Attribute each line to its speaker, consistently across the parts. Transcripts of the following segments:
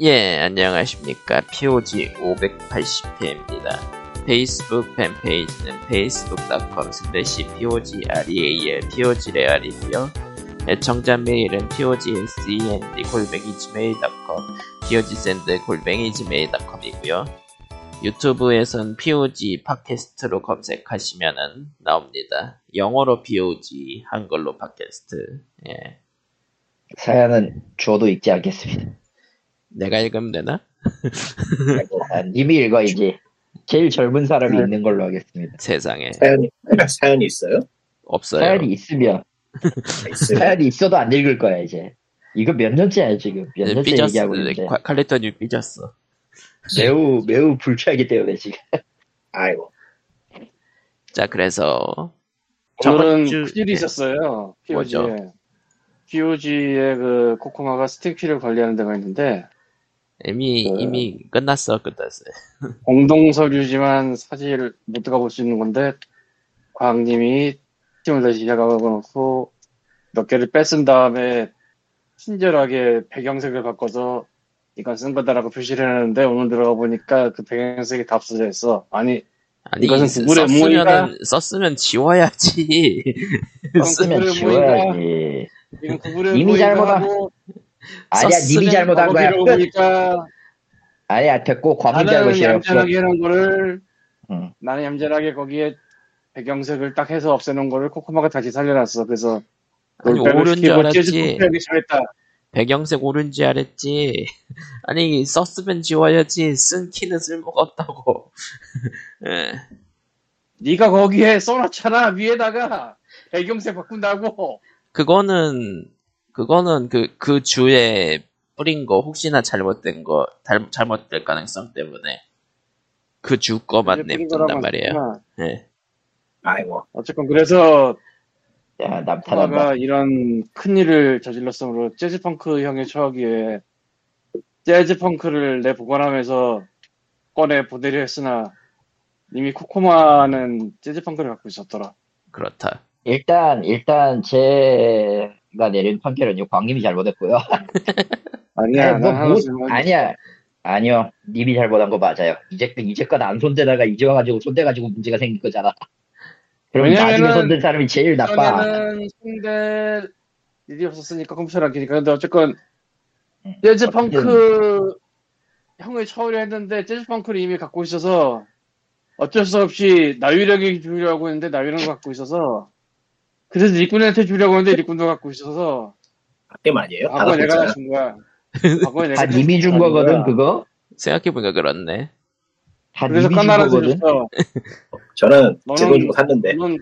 Speaker 1: 예, 안녕하십니까. POG 580회입니다. 페이스북 팬페이지는 facebook.com slash POGREAL, POGREAL이고요. 애청자 메일은 POGSEND E 골뱅이 gmail.com, POGSEND 골뱅이 gmail.com이고요. 유튜브에선 POG 팟캐스트로 검색하시면은 나옵니다. 영어로 POG, 한글로 팟캐스트. 예.
Speaker 2: 사연은 저도 읽지 않겠습니다.
Speaker 1: 내가 읽으면 되나?
Speaker 2: 아, 님이 읽어야지. 제일 젊은 사람이 읽는 걸로 하겠습니다.
Speaker 1: 세상에.
Speaker 3: 네.
Speaker 4: 사연이, 사연이 있어요? 네.
Speaker 1: 없어요.
Speaker 2: 사연이 있으면
Speaker 3: 네.
Speaker 4: 있으면
Speaker 2: 사연이 있어도 안 읽을 거야 이제. 이거 몇 년째야 지금 몇 년째
Speaker 3: 네,
Speaker 1: 네, 삐졌어.
Speaker 2: 얘기하고 있는데
Speaker 1: 칼- 칼리턴이 삐졌어.
Speaker 2: 매우 매우 불쾌하기 때문에 지금
Speaker 4: 아이고
Speaker 1: 자, 그래서 저번
Speaker 3: 오늘은
Speaker 1: 주-
Speaker 3: 큰일이
Speaker 1: 네.
Speaker 3: 있었어요. POG에.
Speaker 1: 뭐죠?
Speaker 3: POG의 그 코코마가 스틱피를 관리하는 데가 있는데
Speaker 1: 이미
Speaker 3: 네.
Speaker 1: 이미 끝났어, 끝났어.
Speaker 3: 공동 서류지만 사실 못 들어가볼 수 있는 건데 과학님이 팀을 다시 시작하고 놓고 몇 개를 뺏은 다음에 친절하게 배경색을 바꿔서 이건 쓴 거다라고 표시를 했는데 오늘 들어가 보니까 그 배경색이 다 없어져 있어. 아니
Speaker 1: 아니
Speaker 3: 이것은 구글의
Speaker 1: 썼으면은 썼으면 지워야지.
Speaker 2: 쓰면
Speaker 3: 구글의 모의가
Speaker 2: 지워야지.
Speaker 3: 이건 구글의
Speaker 2: 이미
Speaker 3: 모의가
Speaker 2: 잘못한-
Speaker 3: 하고
Speaker 2: 아니야 님이
Speaker 1: 썼으면
Speaker 2: 잘못한 거야.
Speaker 3: 거기로
Speaker 2: 끝.
Speaker 3: 보니까
Speaker 2: 아니야 됐고 과문
Speaker 3: 나는
Speaker 2: 잘못이야.
Speaker 3: 얌전하게 해놓은 거를
Speaker 2: 응.
Speaker 3: 나는 얌전하게 거기에 배경색을 딱 해서 없애놓은 거를 코코마가 다시 살려놨어. 그래서
Speaker 1: 아니
Speaker 3: 롤백을
Speaker 1: 오른 줄
Speaker 3: 시키고 재즈
Speaker 1: 알았지.
Speaker 3: 롤백이 잘했다.
Speaker 1: 배경색 오른 줄 알았지. 아니 썼으면 지워야지. 쓴 키는 쓸모가 없다고. 예.
Speaker 3: 네가 거기에 써놨잖아 위에다가 배경색 바꾼다고.
Speaker 1: 그거는 그거는 그 그 주에 뿌린 거 혹시나 잘못된 거 달- 잘못될 가능성 때문에 그 주 거만
Speaker 3: 이제 뿌린
Speaker 1: 내둔단
Speaker 3: 거라고
Speaker 1: 말이에요.
Speaker 3: 하니까.
Speaker 1: 예.
Speaker 4: 아이고
Speaker 3: 어쨌건 그래서
Speaker 2: 야 남탄한다.
Speaker 3: 코코마가 이런 큰 일을 저질렀으므로 재즈펑크 형의 처하기에 재즈펑크를 내 보관함에서 꺼내 보내려 했으나 이미 코코마는 재즈펑크를 갖고 있었더라.
Speaker 1: 그렇다.
Speaker 2: 일단 일단 제가 내린 판결은요 광님이 잘못했고요.
Speaker 3: 아니야,
Speaker 2: 아니, 뭐,
Speaker 3: 난
Speaker 2: 뭐,
Speaker 3: 하나씩 뭐,
Speaker 2: 아니야. 아니요, 님이 잘못한 거 맞아요. 이제 이제껏 안 손대다가 이제 와가지고 손대가지고 문제가 생긴 거잖아. 그럼 나중에
Speaker 3: 왜냐면은-
Speaker 2: 손댄 사람이 제일 나빠.
Speaker 3: 그러면은 상대 일이 없었으니까 컴퓨터를 안 키니까 근데 어쨌건 네.
Speaker 2: 응,
Speaker 3: 재즈펑크
Speaker 2: 네.
Speaker 3: 형을 처우려 했는데 재즈펑크를 이미 갖고 있어서 어쩔 수 없이 나유령이 주려고 했는데 나유령을 갖고 있어서 그래서 리꾼한테 주려고 했는데 리꾼도 갖고 있어서
Speaker 4: 박댐 아니에요? 다
Speaker 3: 과거에 내가
Speaker 4: 나갔잖아요.
Speaker 3: 다준 거야 과거에 내가
Speaker 2: 그렇죠. 다 님이 준
Speaker 3: 다준
Speaker 2: 거거든
Speaker 3: 거야.
Speaker 2: 그거.
Speaker 1: 생각해보니까 그렇네.
Speaker 2: 다 님이
Speaker 3: 그래서
Speaker 2: 준
Speaker 3: 까나라서
Speaker 2: 거거든. 네.
Speaker 3: 줬어
Speaker 4: 저는
Speaker 3: 뭐 너는-
Speaker 4: 제돈 주고 샀는데
Speaker 3: 물론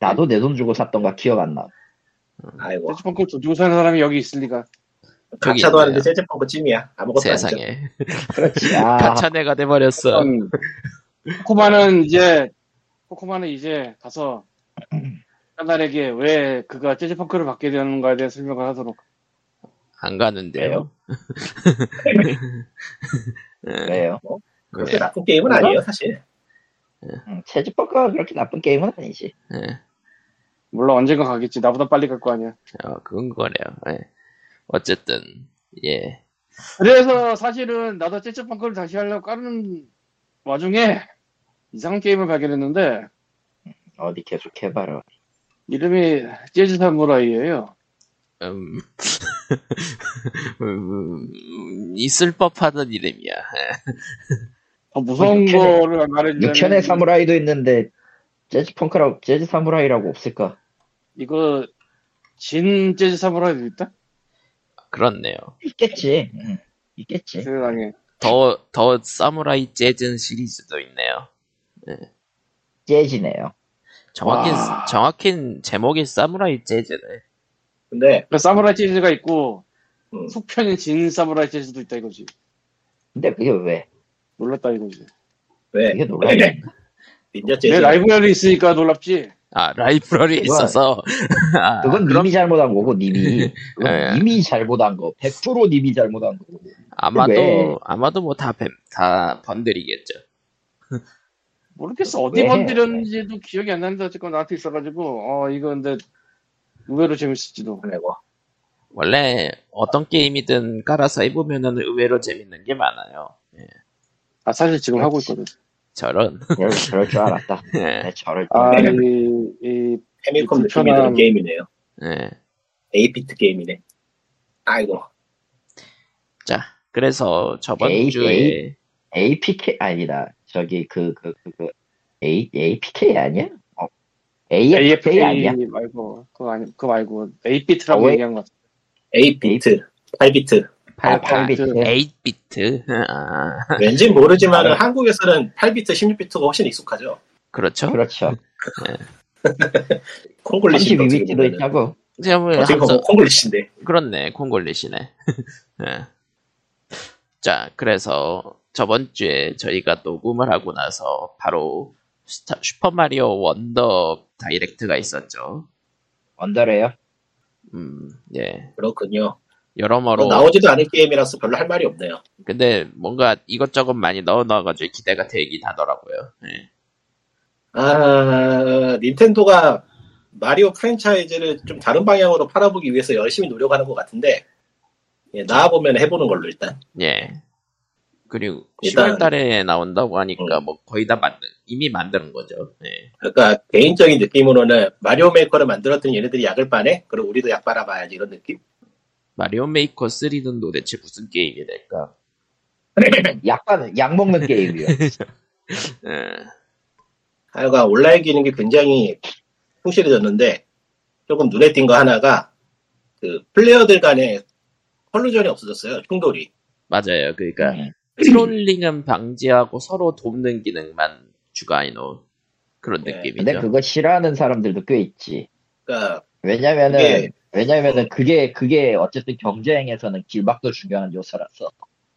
Speaker 2: 나도 내 돈 주고 샀던가 기억 안 나.
Speaker 4: 아이고
Speaker 3: 재즈펑크를 돈 주고 사는 사람이 여기 있을 리가
Speaker 1: 저기
Speaker 4: 가차도
Speaker 1: 있네요.
Speaker 4: 하는데 재즈펑크 찜이야 아무것도 아니죠
Speaker 1: 세상에.
Speaker 2: 그렇지. 아,
Speaker 1: 가차내가 돼버렸어.
Speaker 3: 음. 코코마는 이제 코코마는 이제 가서 까날에게 왜 그가 재즈펑크를 받게 되는가에 대해 설명을 하도록
Speaker 1: 안 가는데요. 예.
Speaker 2: 그래요. 네.
Speaker 4: 그렇게
Speaker 1: 네.
Speaker 4: 나쁜 게임은 아니에요 사실
Speaker 2: 음, 체즈버거가 그렇게 나쁜 게임은 아니지.
Speaker 1: 예.
Speaker 3: 물론 언젠가 가겠지 나보다 빨리 갈 거 아니야
Speaker 1: 어, 그건 거래요. 예. 어쨌든 예.
Speaker 3: 그래서 사실은 나도 재즈펑크를 다시 하려고 까는 와중에 이상한 게임을 발견했는데
Speaker 2: 어디 계속 해봐라.
Speaker 3: 이름이 재즈 사무라이예요
Speaker 1: 음. 음, 있을 법하던 이름이야. 예.
Speaker 3: 더 무서운
Speaker 2: 육천의-
Speaker 3: 거를 말해주면
Speaker 2: 육천의 사무라이도 있는데 재즈 펑크라고 재즈 사무라이라고 없을까?
Speaker 3: 이거 진 재즈 사무라이도 있다?
Speaker 1: 그렇네요.
Speaker 2: 있겠지. 음, 있겠지.
Speaker 3: 그 세상에
Speaker 1: 더, 더 사무라이 재즈 시리즈도 있네요.
Speaker 2: 재즈네요.
Speaker 1: 정확히,
Speaker 3: 와.
Speaker 1: 정확히 제목이 사무라이 재즈네.
Speaker 4: 근데
Speaker 3: 그러니까 사무라이 재즈가 있고
Speaker 4: 음,
Speaker 3: 속편이 진 사무라이 재즈도 있다 이거지.
Speaker 2: 근데 그게 왜?
Speaker 3: 놀랐다 이거지. 네.
Speaker 4: 왜 네.
Speaker 2: 이게 놀라운
Speaker 4: 닌자
Speaker 2: 예,
Speaker 3: 내
Speaker 4: 재즈
Speaker 3: 라이브러리 있으니까 놀랍지.
Speaker 1: 아, 라이브러리에
Speaker 2: 그건-
Speaker 1: 있어서. 아,
Speaker 2: 그건 님이 잘못한 거고 님이 그건
Speaker 1: 예.
Speaker 2: 님이 잘못한 거 100% 님이 잘못한 거고
Speaker 1: 아마도,
Speaker 4: 네.
Speaker 2: 왜?
Speaker 1: 아마도 뭐 다, 뱀- 다 번들이겠죠.
Speaker 3: 모르겠어. 어디
Speaker 2: 왜?
Speaker 3: 번들였는지도 기억이 안 나는데 어쨌건 나한테 있어가지고 어 이거 근데 의외로 재밌을지도.
Speaker 4: 아이고
Speaker 1: 원래 어떤 게임이든 깔아서 해보면은 의외로 재밌는 게 많아요. 예,
Speaker 3: 아 사실 지금 하고 있거든.
Speaker 1: 저런.
Speaker 2: 여기 그럴 줄 알았다.
Speaker 1: 예,
Speaker 2: 네, 저럴 줄
Speaker 3: 아,
Speaker 2: 알았다.
Speaker 3: 이, 이
Speaker 4: 패밀컴 느낌이
Speaker 3: 불편한-
Speaker 4: 드는 게임이네요.
Speaker 1: 예.
Speaker 4: 8비트 게임이네. 아이고.
Speaker 1: 자, 그래서 저번
Speaker 2: 에이,
Speaker 1: 주에
Speaker 2: 에이. APK 아니다. 저기 그 그 그 그, A APK 아니야? 어, AFK 아니야?
Speaker 3: AFA 말고 그거 아니 그거 말고 8비트라고
Speaker 2: 어,
Speaker 3: 얘기한 것 같아.
Speaker 4: 8비트. 8비트.
Speaker 1: 팔-
Speaker 2: 아,
Speaker 1: 팔-
Speaker 2: 8비트.
Speaker 1: 8비트. 아,
Speaker 4: 왠지 모르지만
Speaker 2: 아.
Speaker 4: 한국에서는 8비트, 16비트가 훨씬 익숙하죠.
Speaker 1: 그렇죠.
Speaker 2: 그렇죠.
Speaker 4: 콩글리시
Speaker 2: 32비트도 있다고.
Speaker 1: 제가 보기엔
Speaker 4: 어떻게
Speaker 1: 항상-
Speaker 4: 보면 콩글리시인데.
Speaker 1: 그렇네, 콩골리시네. 예. 자, 그래서 저번 주에 저희가 녹음을 하고 나서 바로 스타- 슈퍼마리오 원더 다이렉트가 있었죠.
Speaker 2: 언더래요.
Speaker 1: 음, 예.
Speaker 4: 그렇군요. 뭐
Speaker 1: 여러모로.
Speaker 4: 나오지도 않은 게임이라서 별로 할 말이 없네요.
Speaker 1: 근데 뭔가 이것저것 많이 넣어놔가지고 기대가 되긴 하더라고요. 예.
Speaker 4: 아, 닌텐도가 마리오 프랜차이즈를 좀 다른 방향으로 팔아보기 위해서 열심히 노력하는 것 같은데, 예, 나와보면 해보는 걸로 일단.
Speaker 1: 예. 그리고
Speaker 4: 일단-
Speaker 1: 10월 달에 나온다고 하니까
Speaker 4: 음.
Speaker 1: 뭐 거의 다 만든, 이미 만드는 거죠. 예.
Speaker 4: 그러니까 개인적인 느낌으로는 마리오 메이커를 만들었던 얘네들이 약을 빠네? 그럼 우리도 약 빨아봐야지 이런 느낌?
Speaker 1: 마리오 메이커 3는 도대체 무슨 게임이 될까?
Speaker 2: 약간 약 먹는 게임이요.
Speaker 1: 예.
Speaker 4: 하여간 온라인 기능이 굉장히 풍실해졌는데, 조금 눈에 띈 거 하나가, 그, 플레이어들 간에 컬루전이 없어졌어요. 충돌이.
Speaker 1: 맞아요. 그러니까
Speaker 4: 음.
Speaker 1: 트롤링은 방지하고 서로 돕는 기능만 추가해 놓은 그런
Speaker 4: 네,
Speaker 1: 느낌이죠.
Speaker 2: 근데 그거 싫어하는 사람들도 꽤 있지.
Speaker 4: 그러니까
Speaker 2: 왜냐면은
Speaker 4: 그게-
Speaker 2: 왜냐면은 그게 그게 어쨌든 경쟁에서는 길막도 중요한 요소라서.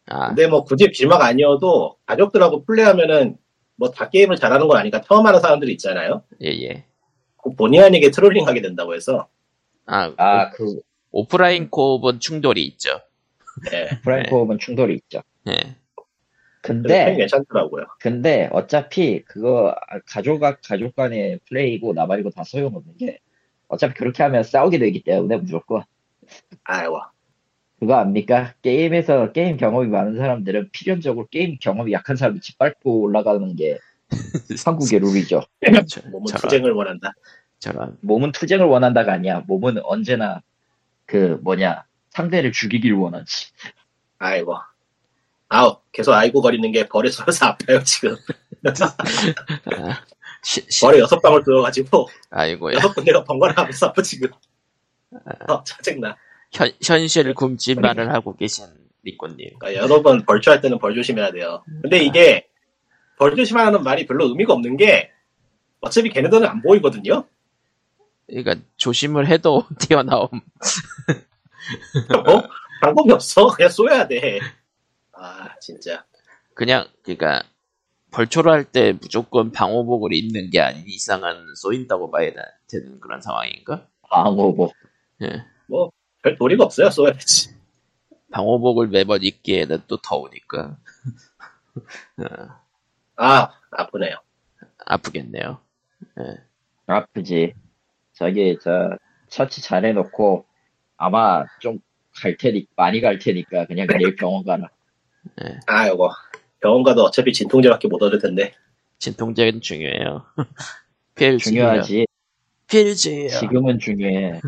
Speaker 1: 아,
Speaker 4: 근데 뭐 굳이 빌막 아니어도 가족들하고 플레이하면은 뭐 다 게임을 잘하는 건 아니까 처음 하는 사람들이 있잖아요.
Speaker 1: 예, 예.
Speaker 4: 그 본의 아니게 트롤링하게 된다고 해서
Speaker 1: 아,
Speaker 2: 아 그
Speaker 1: 오, 프라인 코업은 충돌이 있죠.
Speaker 4: 예,
Speaker 1: 네.
Speaker 2: 브라이코업은 충돌이 있죠.
Speaker 1: 예.
Speaker 4: 그래서 참
Speaker 2: 근데
Speaker 4: 괜찮더라고요.
Speaker 2: 근데 어차피 그거 가족 가족 간의 플레이고 나발이고 다 소용없는 게 어차피 그렇게 하면 싸우게 되기 때문에 무조건
Speaker 4: 아이고
Speaker 2: 그거 압니까? 게임에서 게임 경험이 많은 사람들은 필연적으로 게임 경험이 약한 사람이 짓밟고 올라가는 게 한국의 룰이죠.
Speaker 1: 저,
Speaker 4: 몸은
Speaker 1: 저런,
Speaker 4: 투쟁을 원한다.
Speaker 1: 저런.
Speaker 2: 몸은 투쟁을 원한다가 아니야. 몸은 언제나 그 뭐냐 상대를 죽이길 원하지.
Speaker 4: 아이고 아우 계속 아이고 거리는 게 벌에 쏠려서 아파요 지금.
Speaker 1: 아, 시, 시,
Speaker 4: 벌에 여섯 방울 들어가지고
Speaker 1: 아이고야.
Speaker 4: 여섯 군데가 번갈아 가면서 아파 지금. 아 짜증나.
Speaker 1: 현, 현실 굶지말을 하고 계신 리코님.
Speaker 4: 그러니까 여러분 벌초할 때는 벌 조심해야 돼요. 근데 이게 벌 조심하라는 말이 별로 의미가 없는 게 어차피 걔네들은 안 보이거든요.
Speaker 1: 그러니까 조심을 해도 튀어나옴.
Speaker 4: 어? 방법이 없어. 그냥 쏘야 돼. 아, 진짜.
Speaker 1: 그냥, 그러니까 벌초를 할 때 무조건 방호복을 입는 게 아닌 이상은 쏘인다고 봐야 되는 그런 상황인가?
Speaker 2: 방어복.
Speaker 1: 예.
Speaker 4: 별 도리가 없어요. 쏘야 되지.
Speaker 1: 방호복을 매번 입기에는 또 더우니까
Speaker 4: 아, 아프네요.
Speaker 1: 아프겠네요.
Speaker 2: 아프지. 저기 저 처치 잘 해놓고 아마 좀 갈 테니 많이 갈 테니까 그냥 내일 병원 가라.
Speaker 4: 아, 이거. 병원 가도 어차피 진통제밖에 못 얻을 텐데.
Speaker 1: 진통제는 중요해요. 필즈.
Speaker 2: 중요하지.
Speaker 1: 필즈예요.
Speaker 2: 지금은 중요해.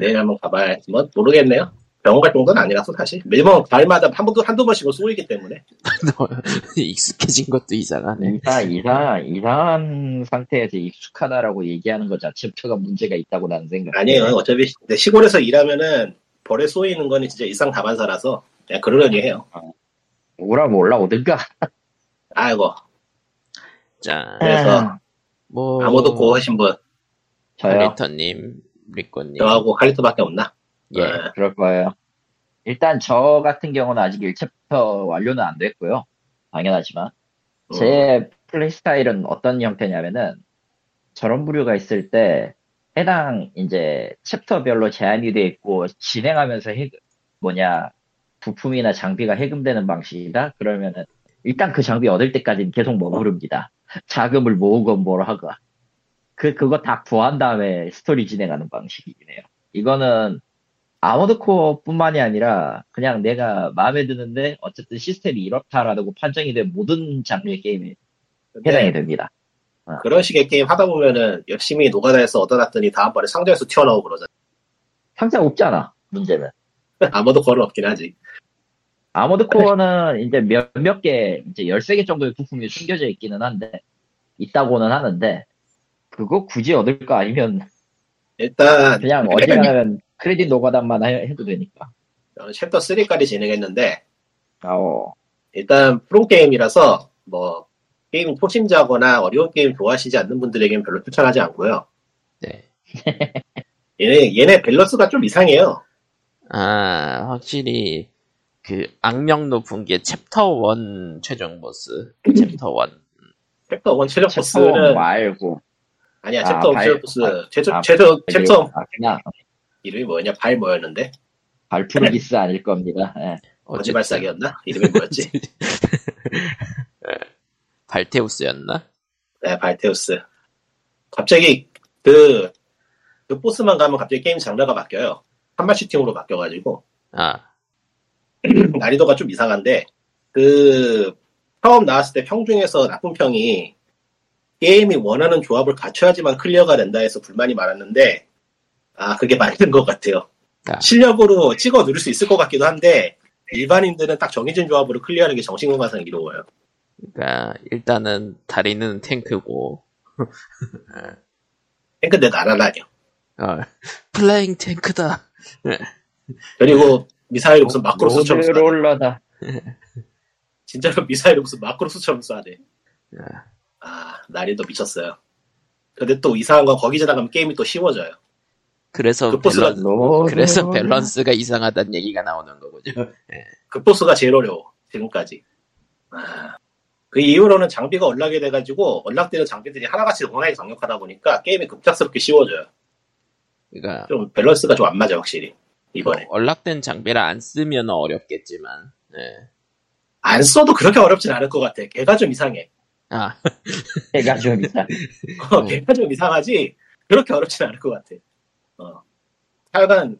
Speaker 4: 내일 한번 가봐야, 뭐, 모르겠네요. 병원 갈 정도는 아니라서 사실. 매번 달마다 한 번도 한두 번씩은 쏘이기 때문에.
Speaker 1: 익숙해진 것도 이상하네.
Speaker 2: 이사 이사 이상한 상태에서 익숙하다라고 얘기하는 것 자체부터가 문제가 있다고 나는 생각.
Speaker 4: 아니에요. 어차피 시- 시골에서 일하면은 벌에 쏘이는 거는 진짜 일상 다반사라서 그냥 그러려니 해요.
Speaker 2: 오라면 올라오든가.
Speaker 4: 아이고.
Speaker 1: 자,
Speaker 4: 그래서
Speaker 2: 아,
Speaker 1: 뭐
Speaker 4: 아무도 고하신 분,
Speaker 2: 저요.
Speaker 1: 칼리터님, 리코님,
Speaker 4: 저하고 칼리토밖에 없나?
Speaker 1: 예,
Speaker 4: 어,
Speaker 2: 그럴 거예요. 일단 저 같은 경우는 아직 1챕터 완료는 안 됐고요. 당연하지만
Speaker 4: 음.
Speaker 2: 제 플레이 스타일은 어떤 형태냐면은 저런 부류가 있을 때 해당 이제 챕터별로 제한이 돼 있고 진행하면서 해 뭐냐 부품이나 장비가 해금되는 방식이다. 그러면은 일단 그 장비 얻을 때까지는 계속 머무릅니다. 자금을 모으건 뭘 하건 그 그거 다 구한 다음에 스토리 진행하는 방식이긴 해요. 이거는 아머드 코어뿐만이 아니라 그냥 내가 마음에 드는데 어쨌든 시스템이 이렇다라고 판정이 된 모든 장르의 게임에
Speaker 4: 근데
Speaker 2: 해당이 됩니다.
Speaker 4: 그런 식의 게임 하다 보면은 열심히 노가다해서 얻어놨더니 다음번에 상자에서 튀어나오고 그러잖아.
Speaker 2: 상자 없잖아 문제는.
Speaker 4: 아무도 거는 없긴 하지.
Speaker 2: 아머드 네. 코어는 이제 몇몇 개, 이제 13개 정도의 부품이 숨겨져 있기는 한데, 있다고는 하는데, 그거 굳이 얻을 거 아니면,
Speaker 4: 일단 그러니까
Speaker 2: 그냥 어지간하면 크레딧 노가담만 해- 해도 되니까.
Speaker 4: 저는 챕터 3까지 진행했는데
Speaker 2: 아, 어.
Speaker 4: 일단 프로게임이라서 뭐 게임 초심자거나 어려운 게임 좋아하시지 않는 분들에게는 별로 추천하지 않고요.
Speaker 1: 네.
Speaker 4: 얘네, 얘네 밸런스가 좀 이상해요.
Speaker 1: 아, 확실히, 그, 악명 높은 게 챕터 1 최종 보스. 그 챕터 1.
Speaker 4: 챕터 1 최종
Speaker 2: 챕터 원
Speaker 4: 보스는
Speaker 2: 말고,
Speaker 4: 아니야
Speaker 2: 아,
Speaker 4: 챕터 1
Speaker 2: 발-
Speaker 4: 최종 보스
Speaker 2: 발-
Speaker 4: 최종
Speaker 2: 아,
Speaker 4: 최종 챕터
Speaker 2: 아, 그냥
Speaker 4: 이름이 뭐였냐 발 뭐였는데
Speaker 2: 발프르기스 아닐 겁니다. 예.
Speaker 1: 어쨌든
Speaker 4: 거지발사기였나 이름이 뭐였지?
Speaker 1: 발테우스였나?
Speaker 4: 네 발테우스. 갑자기 그, 그 보스만 가면 갑자기 게임 장르가 바뀌어요. 한발 슈팅으로 바뀌어가지고
Speaker 1: 아,
Speaker 4: 난이도가 좀 이상한데 그 처음 나왔을 때 평중에서 나쁜 평이 게임이 원하는 조합을 갖춰야지만 클리어가 된다 해서 불만이 많았는데 아 그게 맞는 것 같아요
Speaker 1: 아.
Speaker 4: 실력으로 찍어 누를 수 있을 것 같기도 한데 일반인들은 딱 정해진 조합으로 클리어하는 게 정신건강상 이로워요
Speaker 1: 그니까, 그러니까 일단은 다리는 탱크고,
Speaker 4: 탱크인데 날아다녀
Speaker 1: 어, 플레잉 탱크다.
Speaker 4: 그리고 미사일 무슨 마크로스처럼 쏴
Speaker 2: 로드롤러다.
Speaker 4: 진짜로 미사일 무슨 마크로스처럼 쏴대
Speaker 1: 아.
Speaker 4: 아 난이도 미쳤어요 근데 또 이상한 건 거기 지나가면 게임이 또 쉬워져요
Speaker 1: 그래서
Speaker 4: 그 보스가
Speaker 1: 밸런,
Speaker 2: 로드
Speaker 1: 그래서 밸런스가 이상하다는 얘기가 나오는 거군요.
Speaker 4: 그 극보스가 제일 어려워 지금까지 아, 그 이후로는 장비가 언락이 돼가지고 언락되는 장비들이 하나같이 워낙에 강력하다 보니까 게임이 급작스럽게 쉬워져요
Speaker 1: 그러니까
Speaker 4: 좀 밸런스가 좀 안 맞아 확실히 이번에
Speaker 1: 언락된 장비를 안 쓰면 어렵겠지만, 예.
Speaker 4: 안 써도 그렇게 어렵진 않을 것 같아 걔가 좀 이상해
Speaker 1: 아,
Speaker 2: 해가 좀 있다.
Speaker 4: 어,
Speaker 1: 네.
Speaker 4: 걔가 좀 이상하지 그렇게 어렵진 않을 것 같아 어. 하여간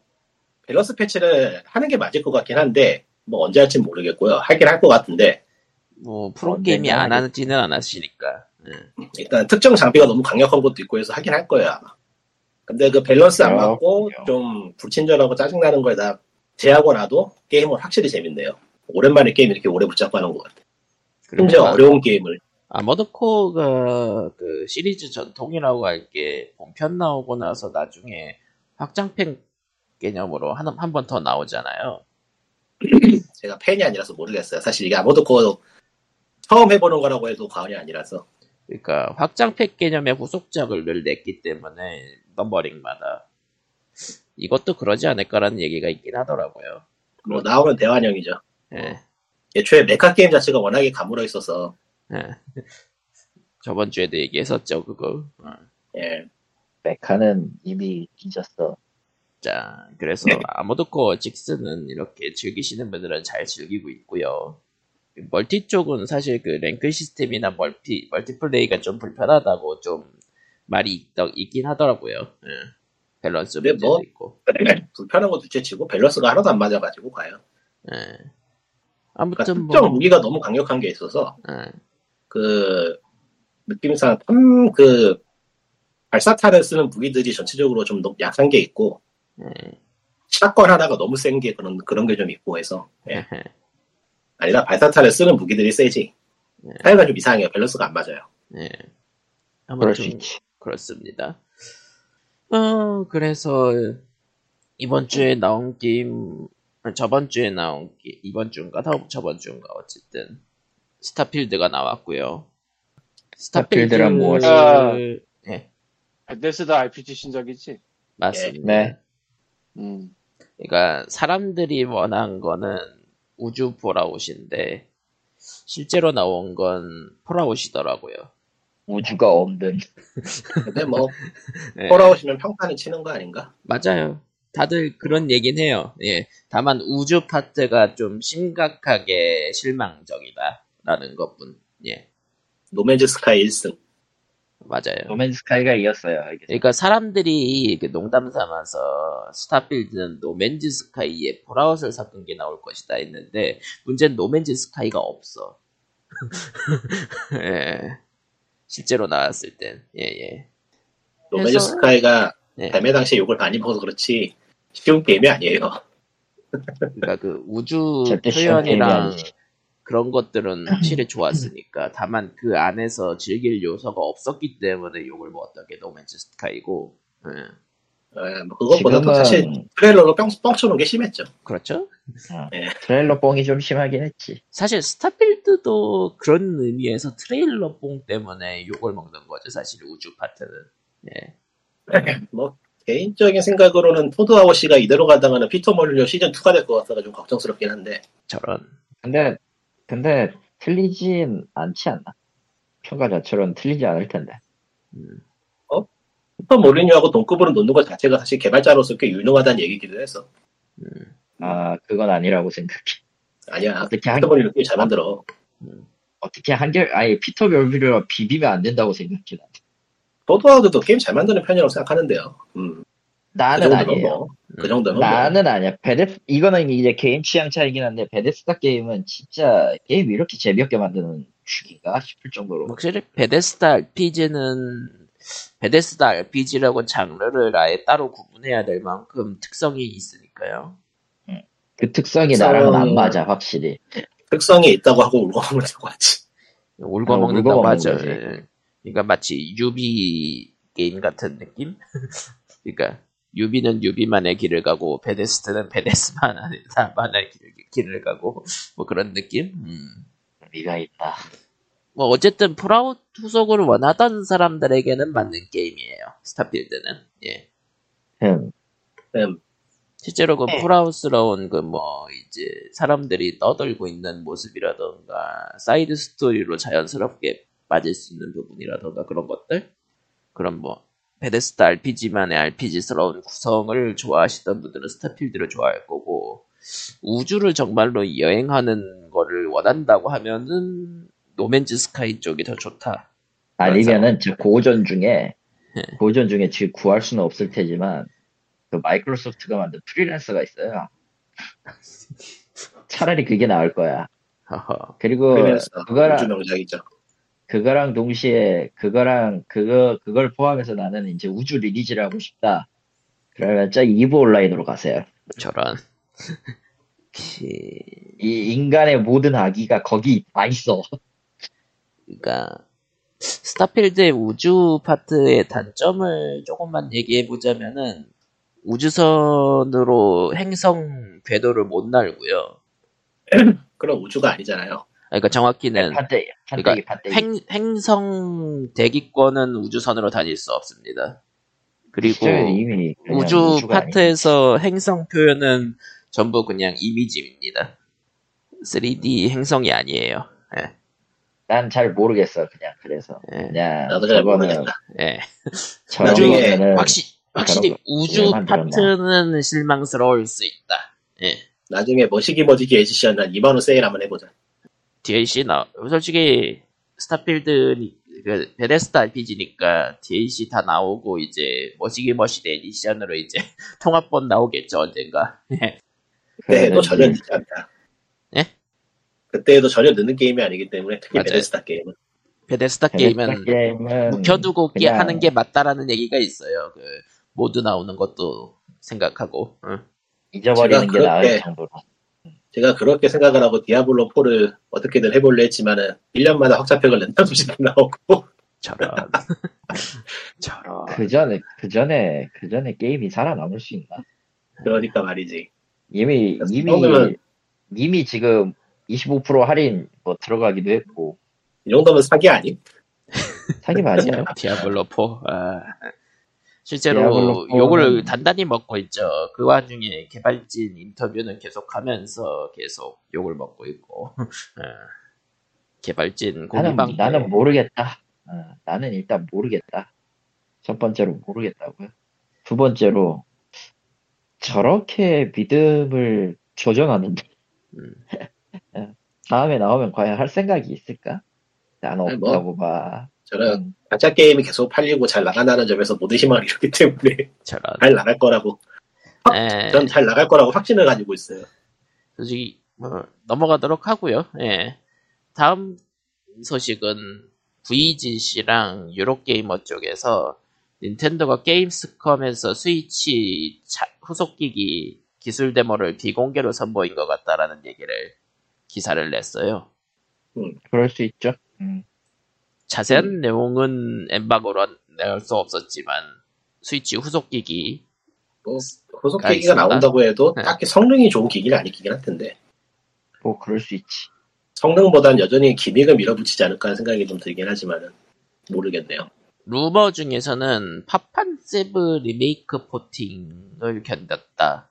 Speaker 4: 밸런스 패치를 하는 게 맞을 것 같긴 한데 뭐 언제 할지 모르겠고요 하긴 할 것 같은데
Speaker 1: 뭐 프로게임이
Speaker 2: 언젠가
Speaker 1: 안 하지는 않았으니까. 예.
Speaker 4: 일단 특정 장비가 너무 강력한 것도 있고 해서 하긴 할 거야 아마. 근데 그 밸런스 안 맞고
Speaker 2: 그래요.
Speaker 4: 좀 불친절하고 짜증나는 거에다 제하고 나도 게임은 확실히 재밌네요. 오랜만에 게임 이렇게 오래 붙잡고 하는 것 같아.
Speaker 1: 그리고
Speaker 4: 심지어
Speaker 1: 아-
Speaker 4: 어려운 게임을
Speaker 1: 아머드 코어가 그 시리즈 전통이라고 할게 본편 나오고 나서 나중에 확장팩 개념으로 한 한 번 더 나오잖아요.
Speaker 4: 제가 팬이 아니라서 모르겠어요. 사실 이게 아무도 그 처음 해보는 거라고 해도 과언이 아니라서
Speaker 1: 그러니까 확장팩 개념의 후속작을 늘 냈기 때문에 넘버링마다 이것도 그러지 않을까라는 얘기가 있긴 하더라고요.
Speaker 4: 뭐 나오면 대환영이죠.
Speaker 1: 예.
Speaker 4: 애초에 메카 게임 자체가 워낙에 가물어 있어서
Speaker 1: 예. 저번 주에도 얘기했었죠 그거. 어.
Speaker 4: 예.
Speaker 2: 메카는 이미 잊었어.
Speaker 1: 자, 그래서
Speaker 4: 네.
Speaker 1: 아모드코어 직스는 이렇게 즐기시는 분들은 잘 즐기고 있고요. 멀티 쪽은 사실 그 랭크 시스템이나 멀티 멀티플레이가 좀 불편하다고 좀 말이 있- 있긴 하더라고요. 예. 밸런스
Speaker 4: 근데
Speaker 1: 문제도
Speaker 4: 뭐-
Speaker 1: 있고.
Speaker 4: 불편한 거 둘째치고 밸런스가 하나도 안 맞아가지고 과연
Speaker 1: 예.
Speaker 4: 그러니까
Speaker 1: 아무튼
Speaker 4: 특정
Speaker 1: 뭐
Speaker 4: 무기가 너무 강력한 게 있어서
Speaker 1: 예.
Speaker 4: 그 느낌상 탐, 그 발사탄을 쓰는 무기들이 전체적으로 좀 너무 약한 게 있고
Speaker 1: 예.
Speaker 4: 샷건 하나가 너무 센 게 그런 그런 게 좀 있고 해서 예.
Speaker 1: 에헤.
Speaker 4: 아니라 발사탄을 쓰는 무기들이 세지
Speaker 1: 네.
Speaker 4: 타이가 좀 이상해요 밸런스가 안 맞아요
Speaker 1: 예.
Speaker 2: 그럴 수
Speaker 1: 아무튼
Speaker 2: 있지.
Speaker 1: 그렇습니다. 어, 그래서 이번 주에 나온 게임, 아니, 저번 주에 나온 게 이번 주인가 다음 저번 주인가 어쨌든 스타필드가 나왔고요.
Speaker 2: 스타필드란 무엇이-
Speaker 1: 예,
Speaker 3: 베데스다 RPG 신작이지.
Speaker 1: 맞습니다.
Speaker 2: 네.
Speaker 3: 음.
Speaker 1: 그러니까 사람들이 원한 거는 우주 폴아웃인데 실제로 나온 건 폴아웃이더라고요.
Speaker 2: 우주가 없는.
Speaker 4: 근데 뭐
Speaker 1: 예.
Speaker 4: 돌아오시면 평판을 치는 거 아닌가
Speaker 1: 맞아요. 다들 그런 얘긴 해요. 예. 다만 우주 파트가 좀 심각하게 실망적이다라는 것뿐. 예.
Speaker 4: 노맨즈 스카이 1승
Speaker 1: 맞아요.
Speaker 2: 노맨 스카이가 이었어요. 이게.
Speaker 1: 그러니까 사람들이 이렇게 농담 삼아서 스타필드는 노맨즈 스카이에 폴아웃을 섞은 게 나올 것이다 했는데 문제는 노맨즈 스카이가 없어. 예. 실제로 나왔을 땐 예예.
Speaker 4: 노맨즈
Speaker 1: 그래서-
Speaker 4: 스카이가
Speaker 2: 예.
Speaker 1: 네.
Speaker 4: 발매 당시에 욕을 많이 먹어서 그렇지 쉬운 게임이 아니에요.
Speaker 1: 그러니까 그 우주
Speaker 2: 절대 쉬운 게임이
Speaker 1: 표현이랑
Speaker 2: 아니지.
Speaker 1: 그런 것들은 확실히 좋았으니까 다만 그 안에서 즐길 요소가 없었기 때문에 욕을 먹었던 게 노맨즈 스카이고 예.
Speaker 4: 예, 뭐 그것보다 더
Speaker 2: 지금은
Speaker 4: 사실 트레일러로 뻥, 뻥쳐놓은 게 심했죠.
Speaker 1: 그렇죠?
Speaker 2: 트레일러 뽕이 좀 심하긴 했지.
Speaker 1: 사실 스타필드도 그런 의미에서 트레일러 뽕 때문에 욕을 먹는 거죠 사실 우주 파트는 예.
Speaker 4: 뭐 개인적인 생각으로는 토드 아워시가 이대로 가다가는 피터 몰리오 시즌 2가 될 것 같아서 좀 걱정스럽긴 한데
Speaker 1: 저런
Speaker 2: 근데 근데 틀리진 않지 않나? 평가 자체로는 틀리지 않을 텐데.
Speaker 1: 음,
Speaker 4: 피터 몰리오하고 동급으로 놓는 것 자체가 사실 개발자로서 꽤 유능하다는 얘기기도 해서
Speaker 1: 음,
Speaker 2: 아 그건 아니라고 생각해.
Speaker 4: 아니야 그
Speaker 2: 어떻게 한
Speaker 4: 피터 몰리오 게임 잘 만들어.
Speaker 2: 어떻게 한결 아예 피터 별비를 비비면 안 된다고 생각해. 난.
Speaker 4: 토드 아워도 게임 잘 만드는 편이라고 생각하는데요. 음, 그
Speaker 2: 나는
Speaker 4: 정도면
Speaker 2: 아니에요. 음,
Speaker 4: 뭐, 그 정도면 뭐.
Speaker 2: 나는 아니야. 베데 이거는 이제 개인 취향 차이긴 한데 베데스다 게임은 진짜 게임 이렇게 재미없게 만드는 축인가 싶을 정도로
Speaker 1: 확실히 베데스다 RPG는 베데스다 RPG라고 장르를 아예 따로 구분해야 될 만큼 특성이 있으니까요
Speaker 2: 그 특성이
Speaker 4: 특성은-
Speaker 2: 나랑은 안 맞아 확실히.
Speaker 4: 특성이 있다고 하고 울고 먹는다고 하지.
Speaker 1: 울고
Speaker 2: 아,
Speaker 1: 먹는다고
Speaker 2: 울고 먹는
Speaker 1: 하죠.
Speaker 2: 거지.
Speaker 1: 예. 그러니까 마치 유비 게임 같은 느낌? 그러니까 유비는 유비만의 길을 가고 베데스트는 베데스만의 만의 길을, 길을 가고 뭐 그런 느낌? 음.
Speaker 2: 미가 있다.
Speaker 1: 뭐 어쨌든 폴아웃 후속을 원하던 사람들에게는 맞는 게임이에요. 스타필드는 예.
Speaker 2: 흠.
Speaker 4: 음,
Speaker 1: 실제로 그
Speaker 2: 네.
Speaker 1: 폴아웃스러운 그 뭐 이제 사람들이 떠들고 있는 모습이라던가 사이드 스토리로 자연스럽게 빠질 수 있는 부분이라던가 그런 것들 그런 뭐 베데스다 RPG만의 RPG스러운 구성을 좋아하시던 분들은 스타필드를 좋아할 거고 우주를 정말로 여행하는 거를 원한다고 하면은 노맨즈 스카이 쪽이 더 좋다.
Speaker 2: 아니면은
Speaker 1: 그렇죠.
Speaker 2: 저 고전 중에
Speaker 1: 예.
Speaker 2: 고전 중에 지금 구할 수는 없을 테지만 그 마이크로소프트가 만든 프리랜서가 있어요. 차라리 그게 나을 거야.
Speaker 1: 허허.
Speaker 2: 그리고
Speaker 4: 프리랜서 우주
Speaker 2: 그거랑
Speaker 4: 명작이죠.
Speaker 2: 그거랑 동시에 그거랑 그거 그걸 포함해서 나는 이제 우주 리니지를 하고 싶다. 그러면 저 이브 온라인으로 가세요.
Speaker 1: 저런. 피-
Speaker 2: 이 인간의 모든 악의가 거기 다 있어.
Speaker 1: 그러니까 스타필드의 우주 파트의 단점을 조금만 얘기해 보자면은 우주선으로 행성 궤도를 못 날고요.
Speaker 4: 그런 우주가 아니잖아요.
Speaker 1: 그러니까 정확히는
Speaker 2: 판때기 판때기
Speaker 1: 그러니까
Speaker 2: 판때기.
Speaker 1: 행, 행성 대기권은 우주선으로 다닐 수 없습니다. 그리고
Speaker 2: 시절은 이미 그냥
Speaker 1: 우주
Speaker 2: 우주가 아니야.
Speaker 1: 파트에서 행성 표현은 전부 그냥 이미지입니다. 3D 행성이 아니에요. 예,
Speaker 2: 난 잘 모르겠어 그냥 그래서
Speaker 1: 예,
Speaker 2: 그냥
Speaker 4: 나도 잘
Speaker 2: 저거는
Speaker 4: 모르겠다.
Speaker 1: 예.
Speaker 2: 저런
Speaker 4: 나중에
Speaker 2: 거면은
Speaker 1: 확실, 확실히
Speaker 2: 그런 거
Speaker 1: 우주
Speaker 2: 왜 만들었나?
Speaker 1: 파트는 실망스러울 수 있다. 예.
Speaker 4: 나중에 뭐 머시기 머지기 에디션 한 2만원 세일 한번 해보자.
Speaker 1: DLC 나 솔직히 스타필드 그 베데스타 RPG니까 DLC 다 나오고 이제 머시기 머시대 에디션으로 이제 통합본 나오겠죠 언젠가.
Speaker 2: 그러면은
Speaker 4: 그때도 전혀 늦지 않다.
Speaker 1: 네, 예?
Speaker 4: 그때도 전혀 늦는 게임이 아니기 때문에 특히
Speaker 1: 맞아요.
Speaker 4: 베데스타 게임은
Speaker 1: 베데스타
Speaker 2: 베데스다
Speaker 1: 게임은
Speaker 2: 네, 그 게임은
Speaker 1: 묵혀두고 끼
Speaker 2: 그냥
Speaker 1: 하는 게 맞다라는 얘기가 있어요. 그 모두 나오는 것도 생각하고. 응.
Speaker 2: 잊어버리는
Speaker 4: 제가
Speaker 2: 게 나을
Speaker 4: 그렇게-
Speaker 2: 정도로
Speaker 4: 제가 그렇게 생각을 하고 디아블로 4를 어떻게든 해볼래 했지만은 1년마다 확장팩을 낸다는 소식이 나오고
Speaker 1: 저런. 저런.
Speaker 2: 그 전에 그 전에 그 전에 게임이 살아남을 수 있나?
Speaker 4: 그러니까 말이지.
Speaker 2: 이미
Speaker 4: 그래서
Speaker 2: 이미
Speaker 4: 처음에는-
Speaker 2: 이미 지금 25% 할인 뭐 들어가기도 했고
Speaker 4: 이 정도면 사기 아님?
Speaker 2: 사기 맞아요.
Speaker 1: 디아블로 4. 아. 실제로
Speaker 2: 디아블로 4는-
Speaker 1: 욕을 단단히 먹고 있죠. 그 와중에 개발진 인터뷰는 계속하면서 계속 욕을 먹고 있고 어. 개발진
Speaker 2: 나는 뭐
Speaker 1: 공방
Speaker 2: 나는 모르겠다. 어, 나는 일단 모르겠다. 첫 번째로 모르겠다고요. 두 번째로 저렇게 믿음을 조정하는데 어,
Speaker 1: 음.
Speaker 2: 다음에 나오면 과연 할 생각이 있을까? 난
Speaker 4: 아니, 뭐.
Speaker 2: 없다고 봐. 음,
Speaker 4: 저는 가짜 게임이 계속 팔리고 잘 나간다는 점에서 모든 희망을 잃었기 때문에
Speaker 1: 저런.
Speaker 4: 잘 나갈 거라고
Speaker 1: 예,
Speaker 4: 전 잘 나갈 거라고 확신을 가지고 있어요.
Speaker 1: 솔직히 뭐 넘어가도록 하고요. 예. 다음 소식은 VGC랑 유로게이머 쪽에서 닌텐도가 게임스컴에서 스위치 차- 후속기기 기술 데모를 비공개로 선보인 것 같다라는 얘기를 기사를 냈어요.
Speaker 2: 그럴 수 있죠. 음.
Speaker 1: 자세한 내용은 엠바고로 낼 수 없었지만 스위치 후속기기
Speaker 4: 뭐
Speaker 1: 가
Speaker 4: 후속기기가
Speaker 1: 있습니다.
Speaker 4: 나온다고 해도
Speaker 1: 네.
Speaker 4: 딱히 성능이 좋은 기기는 아니긴 할 텐데
Speaker 2: 뭐 그럴 수 있지.
Speaker 4: 성능보단 여전히 기믹을 밀어붙이지 않을까 하는 생각이 좀 들긴 하지만은 모르겠네요.
Speaker 1: 루머 중에서는 파판 세브 리메이크 포팅을 견뎠다.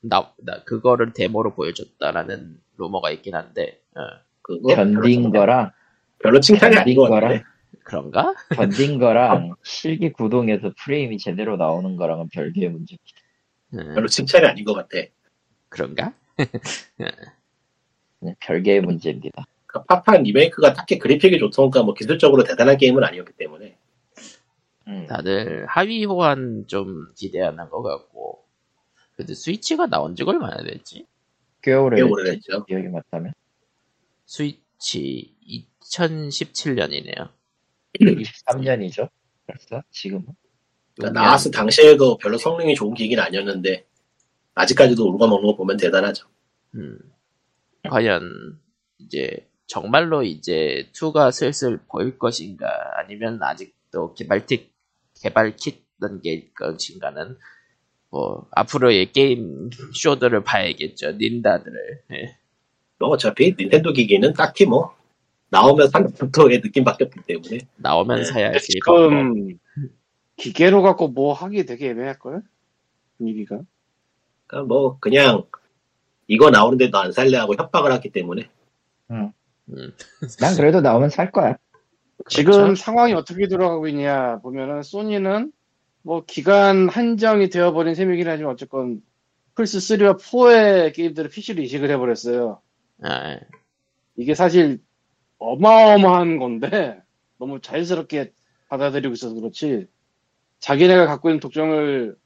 Speaker 1: 나, 나 그거를 데모로 보여줬다라는 루머가 있긴 한데 어,
Speaker 4: 뭐 그거
Speaker 2: 견딘 거랑
Speaker 4: 별로 칭찬이 아닌 것 같네.
Speaker 2: 거랑
Speaker 1: 그런가?
Speaker 2: 견딘 거랑 실기 구동에서 프레임이 제대로 나오는 거랑은 별개의 문제.
Speaker 1: 음,
Speaker 4: 별로 칭찬이 아닌 것 같아.
Speaker 1: 그런가?
Speaker 2: 네, 별개의 문제입니다.
Speaker 4: 그러니까 파판 리메이크가 딱히 그래픽이 좋던가 뭐 기술적으로 대단한 게임은 아니었기 때문에
Speaker 2: 음.
Speaker 1: 다들 하위 호환 좀 기대하는 것 같고 근데 스위치가 나온 지가 얼마나 됐지?
Speaker 2: 꽤
Speaker 4: 꽤
Speaker 2: 오래
Speaker 4: 오래됐죠.
Speaker 2: 기억이 맞다면
Speaker 1: 스위치 2017년이네요.
Speaker 2: 3년이죠. 벌써 지금
Speaker 4: 그러니까 나왔을 당시에 그 별로 성능이 좋은 기기는 아니었는데 아직까지도 울고 먹는 거 보면 대단하죠.
Speaker 1: 음, 과연 이제 정말로 이제 2가 슬슬 보일 것인가 아니면 아직도 개발틱 개발킷 단계일 것인가는 뭐 앞으로의 게임 쇼들을 봐야겠죠 닌다들을 예.
Speaker 4: 뭐 어차피 닌텐도 기기는 딱히 뭐 나오면 상품토의 느낌밖에 없기 때문에
Speaker 1: 나오면
Speaker 4: 네.
Speaker 1: 사야 할 방법.
Speaker 3: 지금 기계로 갖고 뭐 하기 되게 애매할걸? 분위기가.
Speaker 4: 그러니까 뭐 그냥 이거 나오는데 너 안 살래 하고 협박을 했기 때문에
Speaker 1: 음,
Speaker 2: 난 그래도 나오면 살 거야.
Speaker 3: 지금
Speaker 1: 그렇죠.
Speaker 3: 상황이 어떻게 돌아가고 있냐 보면은 소니는 뭐 기간 한정이 되어버린 셈이긴 하지만 어쨌건 플스 3와 4의 게임들을 PC로 이식을 해버렸어요.
Speaker 1: 아,
Speaker 3: 이게 사실 어마어마한 건데 너무 자연스럽게 받아들이고 있어서 그렇지 자기네가 갖고 있는 독점을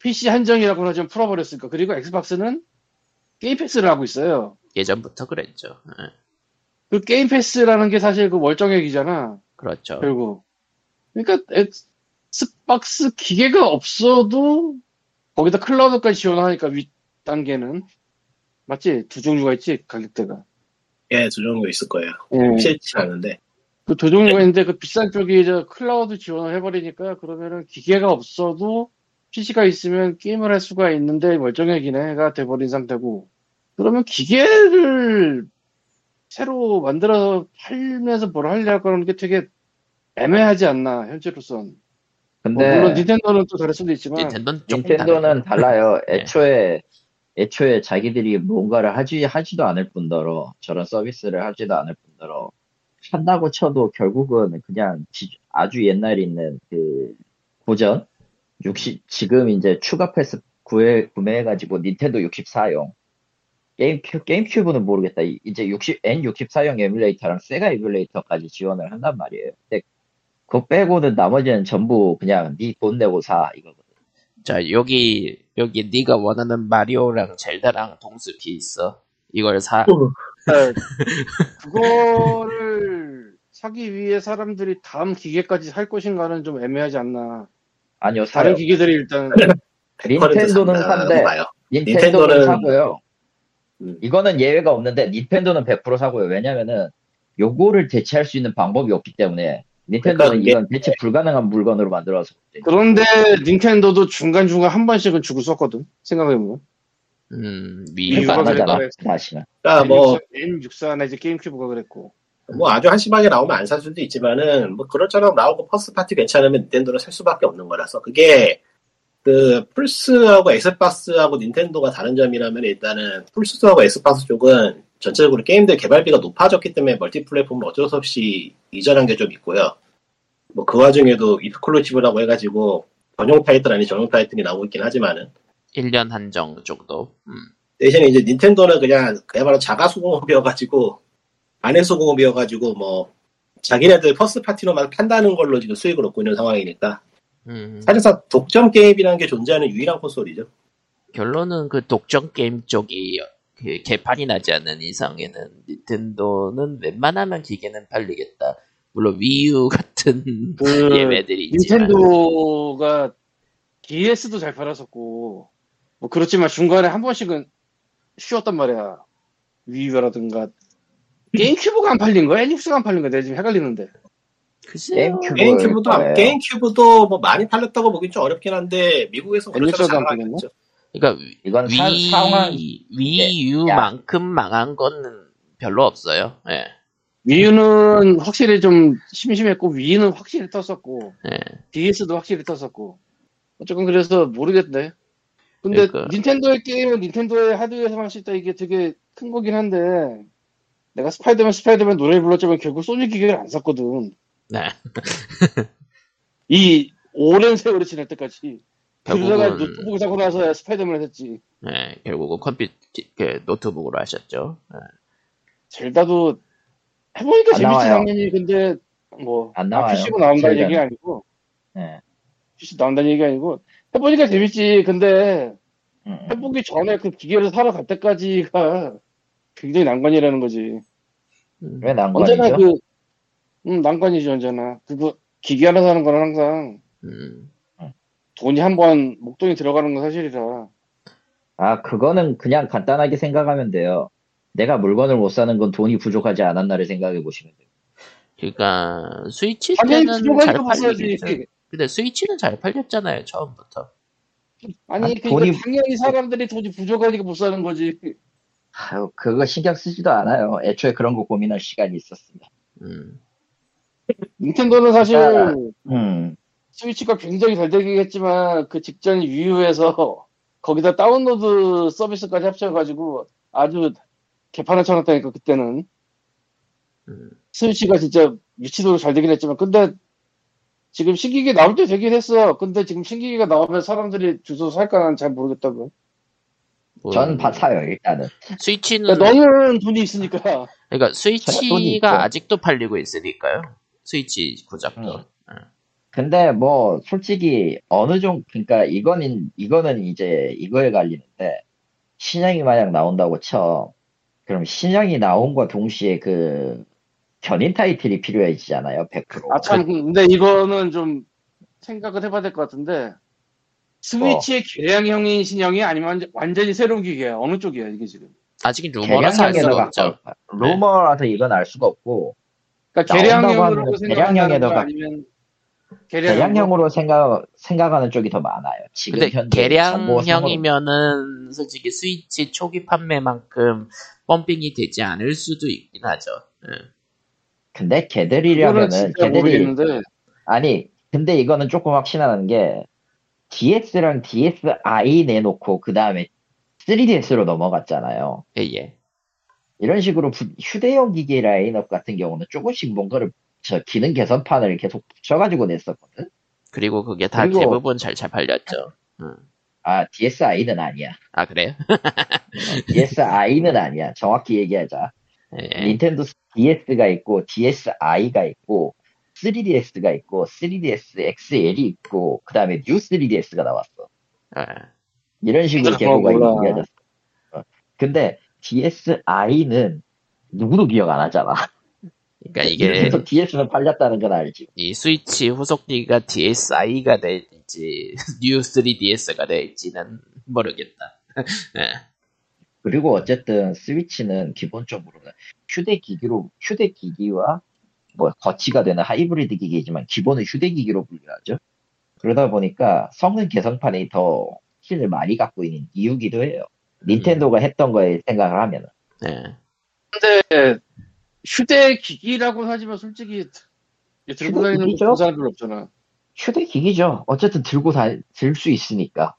Speaker 3: PC 한정이라고는 하지만 풀어버렸으니까 그리고 엑스박스는 게임 패스를 하고 있어요.
Speaker 1: 예전부터 그랬죠 예,
Speaker 3: 그 게임 패스라는 게 사실 그 월정액이잖아.
Speaker 1: 그렇죠
Speaker 3: 결국. 그러니까 엑스박스 기계가 없어도 거기다 클라우드까지 지원하니까 윗 단계는 맞지? 두 종류가 있지 가격대가.
Speaker 4: 예, 두 종류 있을 거예요.
Speaker 3: 예.
Speaker 4: 싫지 않은데
Speaker 3: 그두 종류가 있는데 그 비싼 쪽이 이제 클라우드 지원을 해버리니까 그러면은 기계가 없어도 PC가 있으면 게임을 할 수가 있는데 멀쩡해긴 해가 돼버린 상태고 그러면 기계를 새로 만들어서 팔면서 뭘 하려고 하는 게 되게 애매하지 않나 현재로선 뭐
Speaker 2: 근데
Speaker 3: 물론 닌텐도는 또 다를 수도 있지만
Speaker 1: 닌텐도는 조금
Speaker 2: 네.
Speaker 1: 다르죠. 네.
Speaker 2: 닌텐도는 달라요. 애초에 애초에 자기들이 뭔가를 하지 하지도 않을 뿐더러 저런 서비스를 하지도 않을 뿐더러 한다고 쳐도 결국은 그냥 지- 아주 옛날에 있는 그 고전 60 지금 이제 추가 패스 구해, 구매해가지고 닌텐도 64용 게임 게임 큐브는 모르겠다. 이- 이제 60 N64용 에뮬레이터랑 세가 에뮬레이터까지 지원을 한단 말이에요. 근데 그거 빼고는 나머지는 전부 그냥 네 돈 내고 사 이거.
Speaker 1: 자 여기 여기 네가 원하는 마리오랑 젤다랑 동숲이 있어 이걸
Speaker 2: 아,
Speaker 1: 사
Speaker 3: 네. 그거를 사기 위해 사람들이 다음 기계까지 살 것인가는 좀 애매하지 않나.
Speaker 2: 아니요,
Speaker 3: 다른
Speaker 2: 사요.
Speaker 3: 기기들이 일단
Speaker 2: 닌텐도는 산대.
Speaker 4: 봐요.
Speaker 2: 닌텐도는
Speaker 4: 닌텐도는-
Speaker 2: 사고요.
Speaker 4: 음.
Speaker 2: 이거는 예외가 없는데 닌텐도는 100% 사고요. 왜냐면은 요거를 대체할 수 있는 방법이 없기 때문에 닌텐도는
Speaker 4: 그러니까
Speaker 2: 이건 대체 불가능한 물건으로 만들어서
Speaker 3: 그런데 닌텐도도 중간중간 한 번씩은 주고 썼거든 생각해보면
Speaker 1: 음, 위가
Speaker 3: 이유가 이유가
Speaker 2: 안
Speaker 3: 그럴
Speaker 2: 나잖아.
Speaker 3: 거예요.
Speaker 2: 다시는.
Speaker 4: 그러니까 뭐,
Speaker 3: N64나 이제 게임큐브가 그랬고
Speaker 2: 음.
Speaker 4: 뭐 아주 한심하게 나오면 안 살 수도 있지만은 뭐 그럴처럼 나오고 퍼스트 파티 괜찮으면 닌텐도는 살 수밖에 없는 거라서 그게 그 플스하고 엑스박스하고 닌텐도가 다른 점이라면 일단은 플스하고 엑스박스 쪽은 전체적으로 게임들 개발비가 높아졌기 때문에 멀티플랫폼을 어쩔 수 없이 이전한 게 좀 있고요. 뭐 그 와중에도 익스클루시브라고 해가지고 전용 타이틀 아닌 전용 타이틀이 나오고 있긴 하지만은
Speaker 1: 1년 한정 정도. 음,
Speaker 4: 대신에 이제 닌텐도는 그냥 그야말로 자가 수공업이어가지고 안에 수공업이어가지고 뭐 자기네들 퍼스 파티로만 판다는 걸로 지금 수익을 얻고 있는 상황이니까
Speaker 1: 음.
Speaker 4: 사실상 독점 게임이라는 게 존재하는 유일한 콘솔이죠.
Speaker 1: 결론은 그 독점 게임 쪽이 그 개판이 나지 않는 이상에는 닌텐도는 웬만하면 기계는 팔리겠다. 물론 위유 같은
Speaker 3: 그
Speaker 1: 예매들이 있지만
Speaker 3: 닌텐도가 DS도 잘 팔았었고 뭐 그렇지만 중간에 한 번씩은 쉬었단 말이야 위유라든가 게임큐브가 안 팔린 거야? 엘립스가 안 팔린 거야? 내가 지금 헷갈리는데
Speaker 1: 글쎄요.
Speaker 2: 게임큐브.
Speaker 4: 게임큐브도 안-
Speaker 2: 거예요.
Speaker 4: 게임큐브도 뭐 많이 팔렸다고 보긴 좀 어렵긴 한데 미국에서 그렇게
Speaker 3: 엘리스도 안
Speaker 4: 잘안
Speaker 3: 팔렸나?
Speaker 4: 팔렸죠.
Speaker 1: 그러니까 위-
Speaker 2: 이건 사,
Speaker 1: 위
Speaker 2: 상황
Speaker 1: 위유만큼 망한 거는 별로 없어요. 예.
Speaker 3: 위유는 확실히 좀 심심했고 위는 확실히 떴었고
Speaker 1: 예.
Speaker 3: DS도 확실히 떴었고 어쨌건 그래서 모르겠네 근데
Speaker 1: 그러니까.
Speaker 3: 닌텐도의 게임은 닌텐도의 하드웨어에서 할수 있다 이게 되게 큰 거긴 한데 내가 스파이더맨 스파이더맨 노래 불렀지만 결국 소니 기계를 안 샀거든
Speaker 1: 네.
Speaker 3: 이 오랜 세월이 지날 때까지 그러다가
Speaker 1: 결국은
Speaker 3: 노트북을 사고 나서야 스파이더맨을 했지
Speaker 1: 예, 결국은 컴퓨터 그 노트북으로 하셨죠. 예.
Speaker 3: 젤다도 해보니까
Speaker 2: 안
Speaker 3: 재밌지
Speaker 2: 나와요.
Speaker 3: 당연히 근데 뭐
Speaker 2: 안
Speaker 3: 아,
Speaker 2: 나와요.
Speaker 3: PC로 나온다는
Speaker 2: 젤다는.
Speaker 3: 얘기 아니고
Speaker 2: 예.
Speaker 3: PC 나온다는 얘기 아니고 해보니까 재밌지 근데
Speaker 2: 음, 음.
Speaker 3: 해보기 전에 그 기계를 사러 갈 때까지가 굉장히 난관이라는 거지
Speaker 1: 음.
Speaker 2: 왜
Speaker 3: 언제나
Speaker 2: 난관이죠?
Speaker 3: 그 음, 난관이지 언제나 그거 기계 하나 사는 거는 항상
Speaker 1: 음.
Speaker 3: 돈이 한 번 목돈이 들어가는 건 사실이라
Speaker 2: 아, 그거는 그냥 간단하게 생각하면 돼요. 내가 물건을 못 사는 건 돈이 부족하지 않았나를 생각해 보시면 돼요.
Speaker 1: 그러니까 스위치
Speaker 3: 당연히
Speaker 1: 때는 잘
Speaker 3: 부족하니까
Speaker 1: 팔리긴
Speaker 3: 먹어야지
Speaker 1: 근데 스위치는 잘 팔렸잖아요 처음부터.
Speaker 3: 아니
Speaker 2: 아,
Speaker 3: 그러니까
Speaker 2: 돈이-
Speaker 3: 당연히 사람들이 돈이 부족하니까 못 사는 거지
Speaker 2: 아유, 그거 신경 쓰지도 않아요. 애초에 그런 거 고민할 시간이 있었습니다.
Speaker 1: 음.
Speaker 3: 닌텐도는 사실
Speaker 2: 아. 음,
Speaker 3: 스위치가 굉장히 잘 되긴 했지만 그 직전 유유에서 거기다 다운로드 서비스까지 합쳐가지고 아주 개판을 쳐놨다니까 그때는
Speaker 1: 음.
Speaker 3: 스위치가 진짜 유치도로 잘 되긴 했지만 근데 지금 신기계 나올 때 되긴 했어 근데 지금 신기계가 나오면 사람들이 주소 살까 난 잘 모르겠다고
Speaker 1: 뭐,
Speaker 2: 전 바- 사요, 일단은.
Speaker 1: 스위치는
Speaker 3: 그러니까 너는 돈이 있으니까
Speaker 1: 그러니까
Speaker 2: 돈이 있죠.
Speaker 1: 스위치가 아직도 팔리고 있으니까요. 스위치
Speaker 2: 음.
Speaker 1: 고작도.
Speaker 2: 근데 뭐, 솔직히, 어느 정도, 그러니까 이거는, 이거는 이제, 이거에 갈리는데, 신형이 만약 나온다고 쳐. 그럼 신형이 나온과 동시에 그, 견인 타이틀이 필요해지잖아요, 100%.
Speaker 3: 아 참 근데 이거는 좀 생각을 해봐야 될 것 같은데
Speaker 2: 어.
Speaker 3: 스위치의 개량형인 신형이 아니면 완전히 새로운 기계야 어느 쪽이야 이게 지금
Speaker 1: 아직 루머라서 알
Speaker 2: 그 개량형에도
Speaker 1: 수가
Speaker 2: 가까
Speaker 1: 없죠.
Speaker 2: 워 루머라서 이건 알 수가 없고
Speaker 3: 그러니까
Speaker 2: 나온다고
Speaker 3: 계량형으로
Speaker 2: 하면은
Speaker 3: 생각한다는 거
Speaker 2: 계량형에다가-
Speaker 3: 아니면 계량형
Speaker 2: 개량형으로 생각 생각하는 쪽이 더 많아요. 지금
Speaker 1: 근데
Speaker 2: 현재 뭐 정보상으로
Speaker 1: 개량형이면은 솔직히 스위치 초기 판매만큼 펌핑이 되지 않을 수도 있긴 하죠. 예.
Speaker 2: 근데
Speaker 3: 이거는
Speaker 2: 걔들이라면은
Speaker 3: 진짜
Speaker 2: 걔들이
Speaker 3: 모르겠는데
Speaker 2: 아니 근데 이거는 조금 확신하는 게 DS랑 DSi 내놓고 그 다음에 3DS로 넘어갔잖아요.
Speaker 1: 예, 예.
Speaker 2: 이런 식으로 부- 휴대용 기기 라인업 같은 경우는 조금씩 뭔가를 저 기능 개선판을 계속 붙여가지고 냈었거든.
Speaker 1: 그리고 그게 다
Speaker 2: 그리고-
Speaker 1: 대부분 잘 잘 팔렸죠.
Speaker 2: 아 DSi는 아니야.
Speaker 1: 아 그래요?
Speaker 2: DSi는 아니야. 정확히 얘기하자.
Speaker 1: 예.
Speaker 2: 닌텐도 DS가 있고 DSi가 있고 3DS가 있고 3DS XL이 있고 그 다음에 New 3DS가 나왔어.
Speaker 1: 예.
Speaker 2: 이런 식으로
Speaker 3: 그건
Speaker 2: 계보가
Speaker 3: 몰라.
Speaker 2: 이어졌어. 어. 근데 DSi는 누구도 기억 안 하잖아.
Speaker 1: 그러니까 이게
Speaker 2: 닌텐도 DS는 팔렸다는 건 알지.
Speaker 1: 이 스위치 후속기가 DSi가 될지 뉴 3DS가 될지는 모르겠다. 예,
Speaker 2: 그리고 어쨌든 스위치는 기본적으로는 휴대기기로 휴대기기와 뭐 거치가 되는 하이브리드 기기지만 기본은 휴대기기로 분류하죠. 그러다 보니까 성능 개선판이 더 힘을 많이 갖고 있는 이유기도 해요. 닌텐도가 했던 거에 생각을 하면
Speaker 1: 네.
Speaker 3: 근데 휴대기기라고 하지만 솔직히 이거 들고 다니는 거
Speaker 2: 휴대기기죠?
Speaker 3: 본 사람 별로 없잖아
Speaker 2: 휴대기기죠. 어쨌든 들고 들 수 있으니까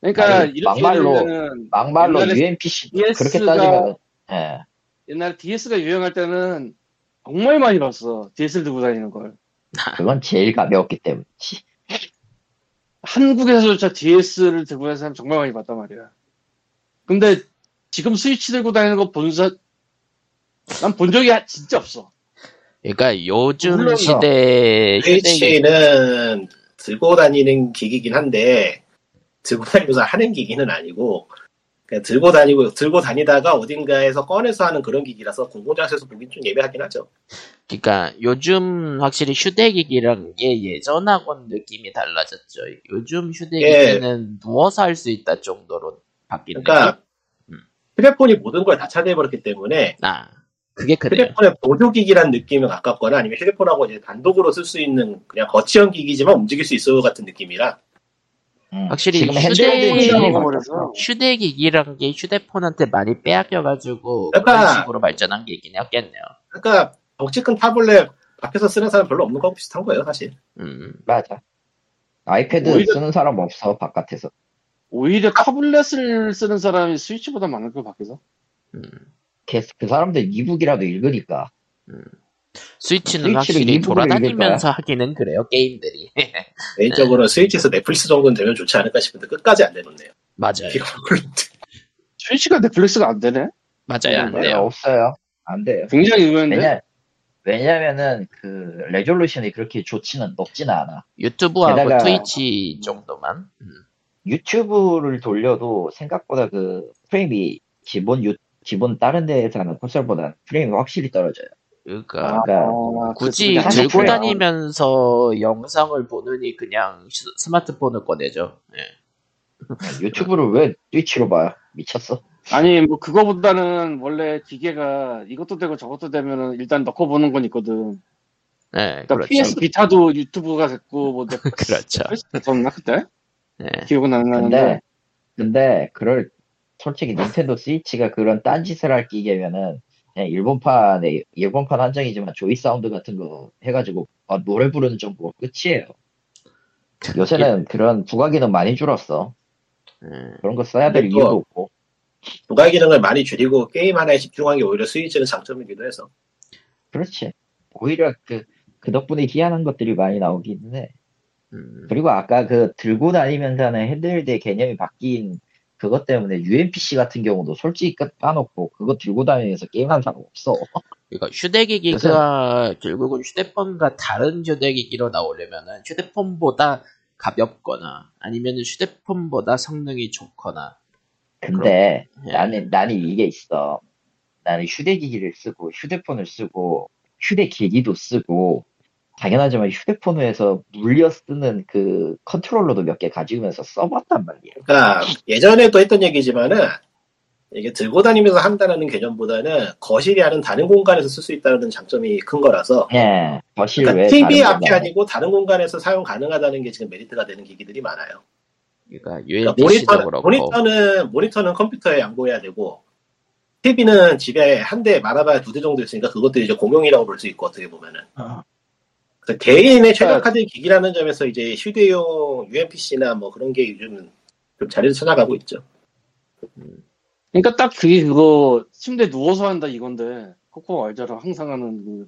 Speaker 3: 그러니까
Speaker 2: 아니,
Speaker 3: 이렇게
Speaker 2: 막말로-
Speaker 3: 되면은
Speaker 2: 막말로
Speaker 3: 옛날에
Speaker 2: UMPC
Speaker 3: DS 가-
Speaker 2: 그렇게 따지면은 예.
Speaker 3: 옛날에 DS가 유행할 때는 정말 많이 봤어 DS를 들고 다니는 걸
Speaker 2: 그건 제일 가벼웠기 때문이지.
Speaker 3: 한국에서조차 DS를 들고 다니는 사람 정말 많이 봤단 말이야 근데 지금 스위치 들고 다니는 거 본사 난 본 적이 진짜 없어
Speaker 1: 그러니까 요즘
Speaker 2: 물론요.
Speaker 1: 시대에 휴대기
Speaker 4: 스위치는 들고 다니는 기기긴 한데 들고 다니면서 하는 기기는 아니고 그냥 들고 다니고 들고 다니다가 어딘가에서 꺼내서 하는 그런 기기라서 공공장소에서 보긴 좀 예배하긴 하죠.
Speaker 1: 그러니까 요즘 확실히 휴대기기랑 예 예전하고는 느낌이 달라졌죠. 요즘 휴대기기는 누워서 할 수 있다 정도로 바뀐
Speaker 4: 예. 그러니까
Speaker 1: 느낌.
Speaker 4: 휴대폰이 모든 걸 다 차지해버렸기 때문에
Speaker 1: 아 그게 그래요.
Speaker 4: 휴대폰의 보조기기란 느낌에 가깝거나 아니면 휴대폰하고 이제 단독으로 쓸 수 있는 그냥 거치형 기기지만 움직일 수 있을 것 같은 느낌이라
Speaker 2: 음,
Speaker 1: 확실히
Speaker 2: 지금
Speaker 1: 휴대폰이
Speaker 2: 핸드폰이
Speaker 1: 네.
Speaker 3: 먹어버려서
Speaker 1: 휴대기기란 게 휴대폰한테 많이 빼앗겨가지고 그런
Speaker 4: 그러니까-
Speaker 1: 식으로 발전한 게 있긴 했겠네요.
Speaker 4: 그러니까 덩치 큰 타블렛 앞에서 쓰는 사람 별로 없는 거하고 비슷한 거예요 사실.
Speaker 1: 음.
Speaker 2: 맞아. 아이패드
Speaker 3: 오히려-
Speaker 2: 쓰는 사람 없어 바깥에서.
Speaker 3: 오히려 타블렛을 쓰는 사람이 스위치보다 많을 거 밖에서
Speaker 1: 음.
Speaker 2: 걔- 그 사람들 이북이라도 읽으니까.
Speaker 1: 스위치는
Speaker 2: 스위치를
Speaker 1: 확실히
Speaker 2: 일부러
Speaker 1: 돌아다니면서 하기는 그래요 게임들이
Speaker 4: 개인적으로 스위치에서 넷플릭스 정도는 되면 좋지 않을까 싶은데 끝까지 안 되겠네요.
Speaker 1: 맞아요
Speaker 3: 스위치가 넷플릭스가 안 되네?
Speaker 1: 맞아요 안
Speaker 2: 네,
Speaker 1: 돼요
Speaker 2: 없어요. 안 돼요.
Speaker 3: 굉장히 의외인데?
Speaker 2: 왜냐 왜냐면은 그 레졸루션이 그렇게 좋지는 높지는 않아.
Speaker 1: 유튜브하고
Speaker 2: 게다가-
Speaker 1: 트위치 정도만 음.
Speaker 2: 유튜브를 돌려도 생각보다 그 프레임이 기본 유 기본 다른 데에서 하는 콘솔보다 프레임이 확실히 떨어져요.
Speaker 1: 그러니까
Speaker 2: 그러니까
Speaker 3: 아,
Speaker 1: 굳이
Speaker 3: 그래서 그게
Speaker 1: 들고
Speaker 3: 안
Speaker 2: 그래요.
Speaker 1: 다니면서 영상을 보느니 그냥 스- 스마트폰을 꺼내죠 예.
Speaker 2: 유튜브를 왜 트위치로 봐요? 미쳤어.
Speaker 3: 아니 뭐 그거보다는 원래 기계가 이것도 되고 저것도 되면은 일단 넣고 보는 건 있거든.
Speaker 1: 예,
Speaker 3: 그러니까
Speaker 1: 그렇죠
Speaker 3: PS 비타도 유튜브가 됐고 뭐 넷-
Speaker 1: 그렇죠
Speaker 3: 넷플릭스도 없나 그때?
Speaker 1: 예.
Speaker 3: 기억은 안
Speaker 2: 근데
Speaker 4: 네.
Speaker 3: 나는데.
Speaker 2: 근데 그럴 솔직히 닌텐도 스위치가 그런 딴짓을 할 기계면은 그냥 일본판에 일본판 한정이지만 조이 사운드 같은 거 해가지고 아, 노래 부르는 정도가 끝이에요. 요새는 그런 부가 기능 많이 줄었어.
Speaker 1: 예.
Speaker 2: 그런 거 써야 될
Speaker 4: 근데 또-
Speaker 2: 이유도 없고.
Speaker 4: 부가 기능을 많이 줄이고 게임 하나에 집중한 게 오히려 스위치는 장점이기도 해서
Speaker 2: 그렇지. 오히려 그, 그 덕분에 희한한 것들이 많이 나오긴 해.
Speaker 1: 음.
Speaker 2: 그리고 아까 그 들고 다니면서 하는 핸드헬드의 개념이 바뀐 그것 때문에 UMPC 같은 경우도 솔직히 끝 까놓고 그거 들고 다니면서 게임하는 사람 없어.
Speaker 1: 그러니까 휴대기기가 결국은 휴대폰과 다른 휴대기기로 나오려면은 휴대폰보다 가볍거나 아니면 휴대폰보다 성능이 좋거나
Speaker 2: 근데
Speaker 1: 예.
Speaker 2: 나는, 나는 이게 있어. 나는 휴대기기를 쓰고 휴대폰을 쓰고 휴대기기도 쓰고 당연하지만 휴대폰에서 물려 쓰는 그 컨트롤러도 몇 개 가지면서 써봤단 말이야.
Speaker 4: 그러니까 예전에도 했던 얘기지만은 이게 들고 다니면서 한다는 개념보다는 거실이 아닌 다른 공간에서 쓸 수 있다는 장점이 큰 거라서
Speaker 2: 예, 거실
Speaker 4: 그러니까
Speaker 2: 외에
Speaker 4: TV
Speaker 2: 다른
Speaker 4: 앞이
Speaker 2: 공간에
Speaker 4: 아니고 다른 공간에서 사용 가능하다는 게 지금 메리트가 되는 기기들이 많아요.
Speaker 1: 그러니까
Speaker 4: 그러니까
Speaker 1: UMBC도
Speaker 4: 모니터는,
Speaker 1: 그렇고
Speaker 4: 모니터는 모니터는 컴퓨터에 양보해야 되고 TV는 집에 한 대 많아봐야 두 대 정도 있으니까 그것도 이제 공용이라고 볼 수 있고 어떻게 보면은 그래서 개인의 최적화된 기기라는 점에서 이제 휴대용 UMPC나 뭐 그런 게 요즘 좀 자리를 찾아가고 있죠.
Speaker 3: 그러니까 딱 그게 그거 침대 누워서 한다 이건데 코코 알자로 항상 하는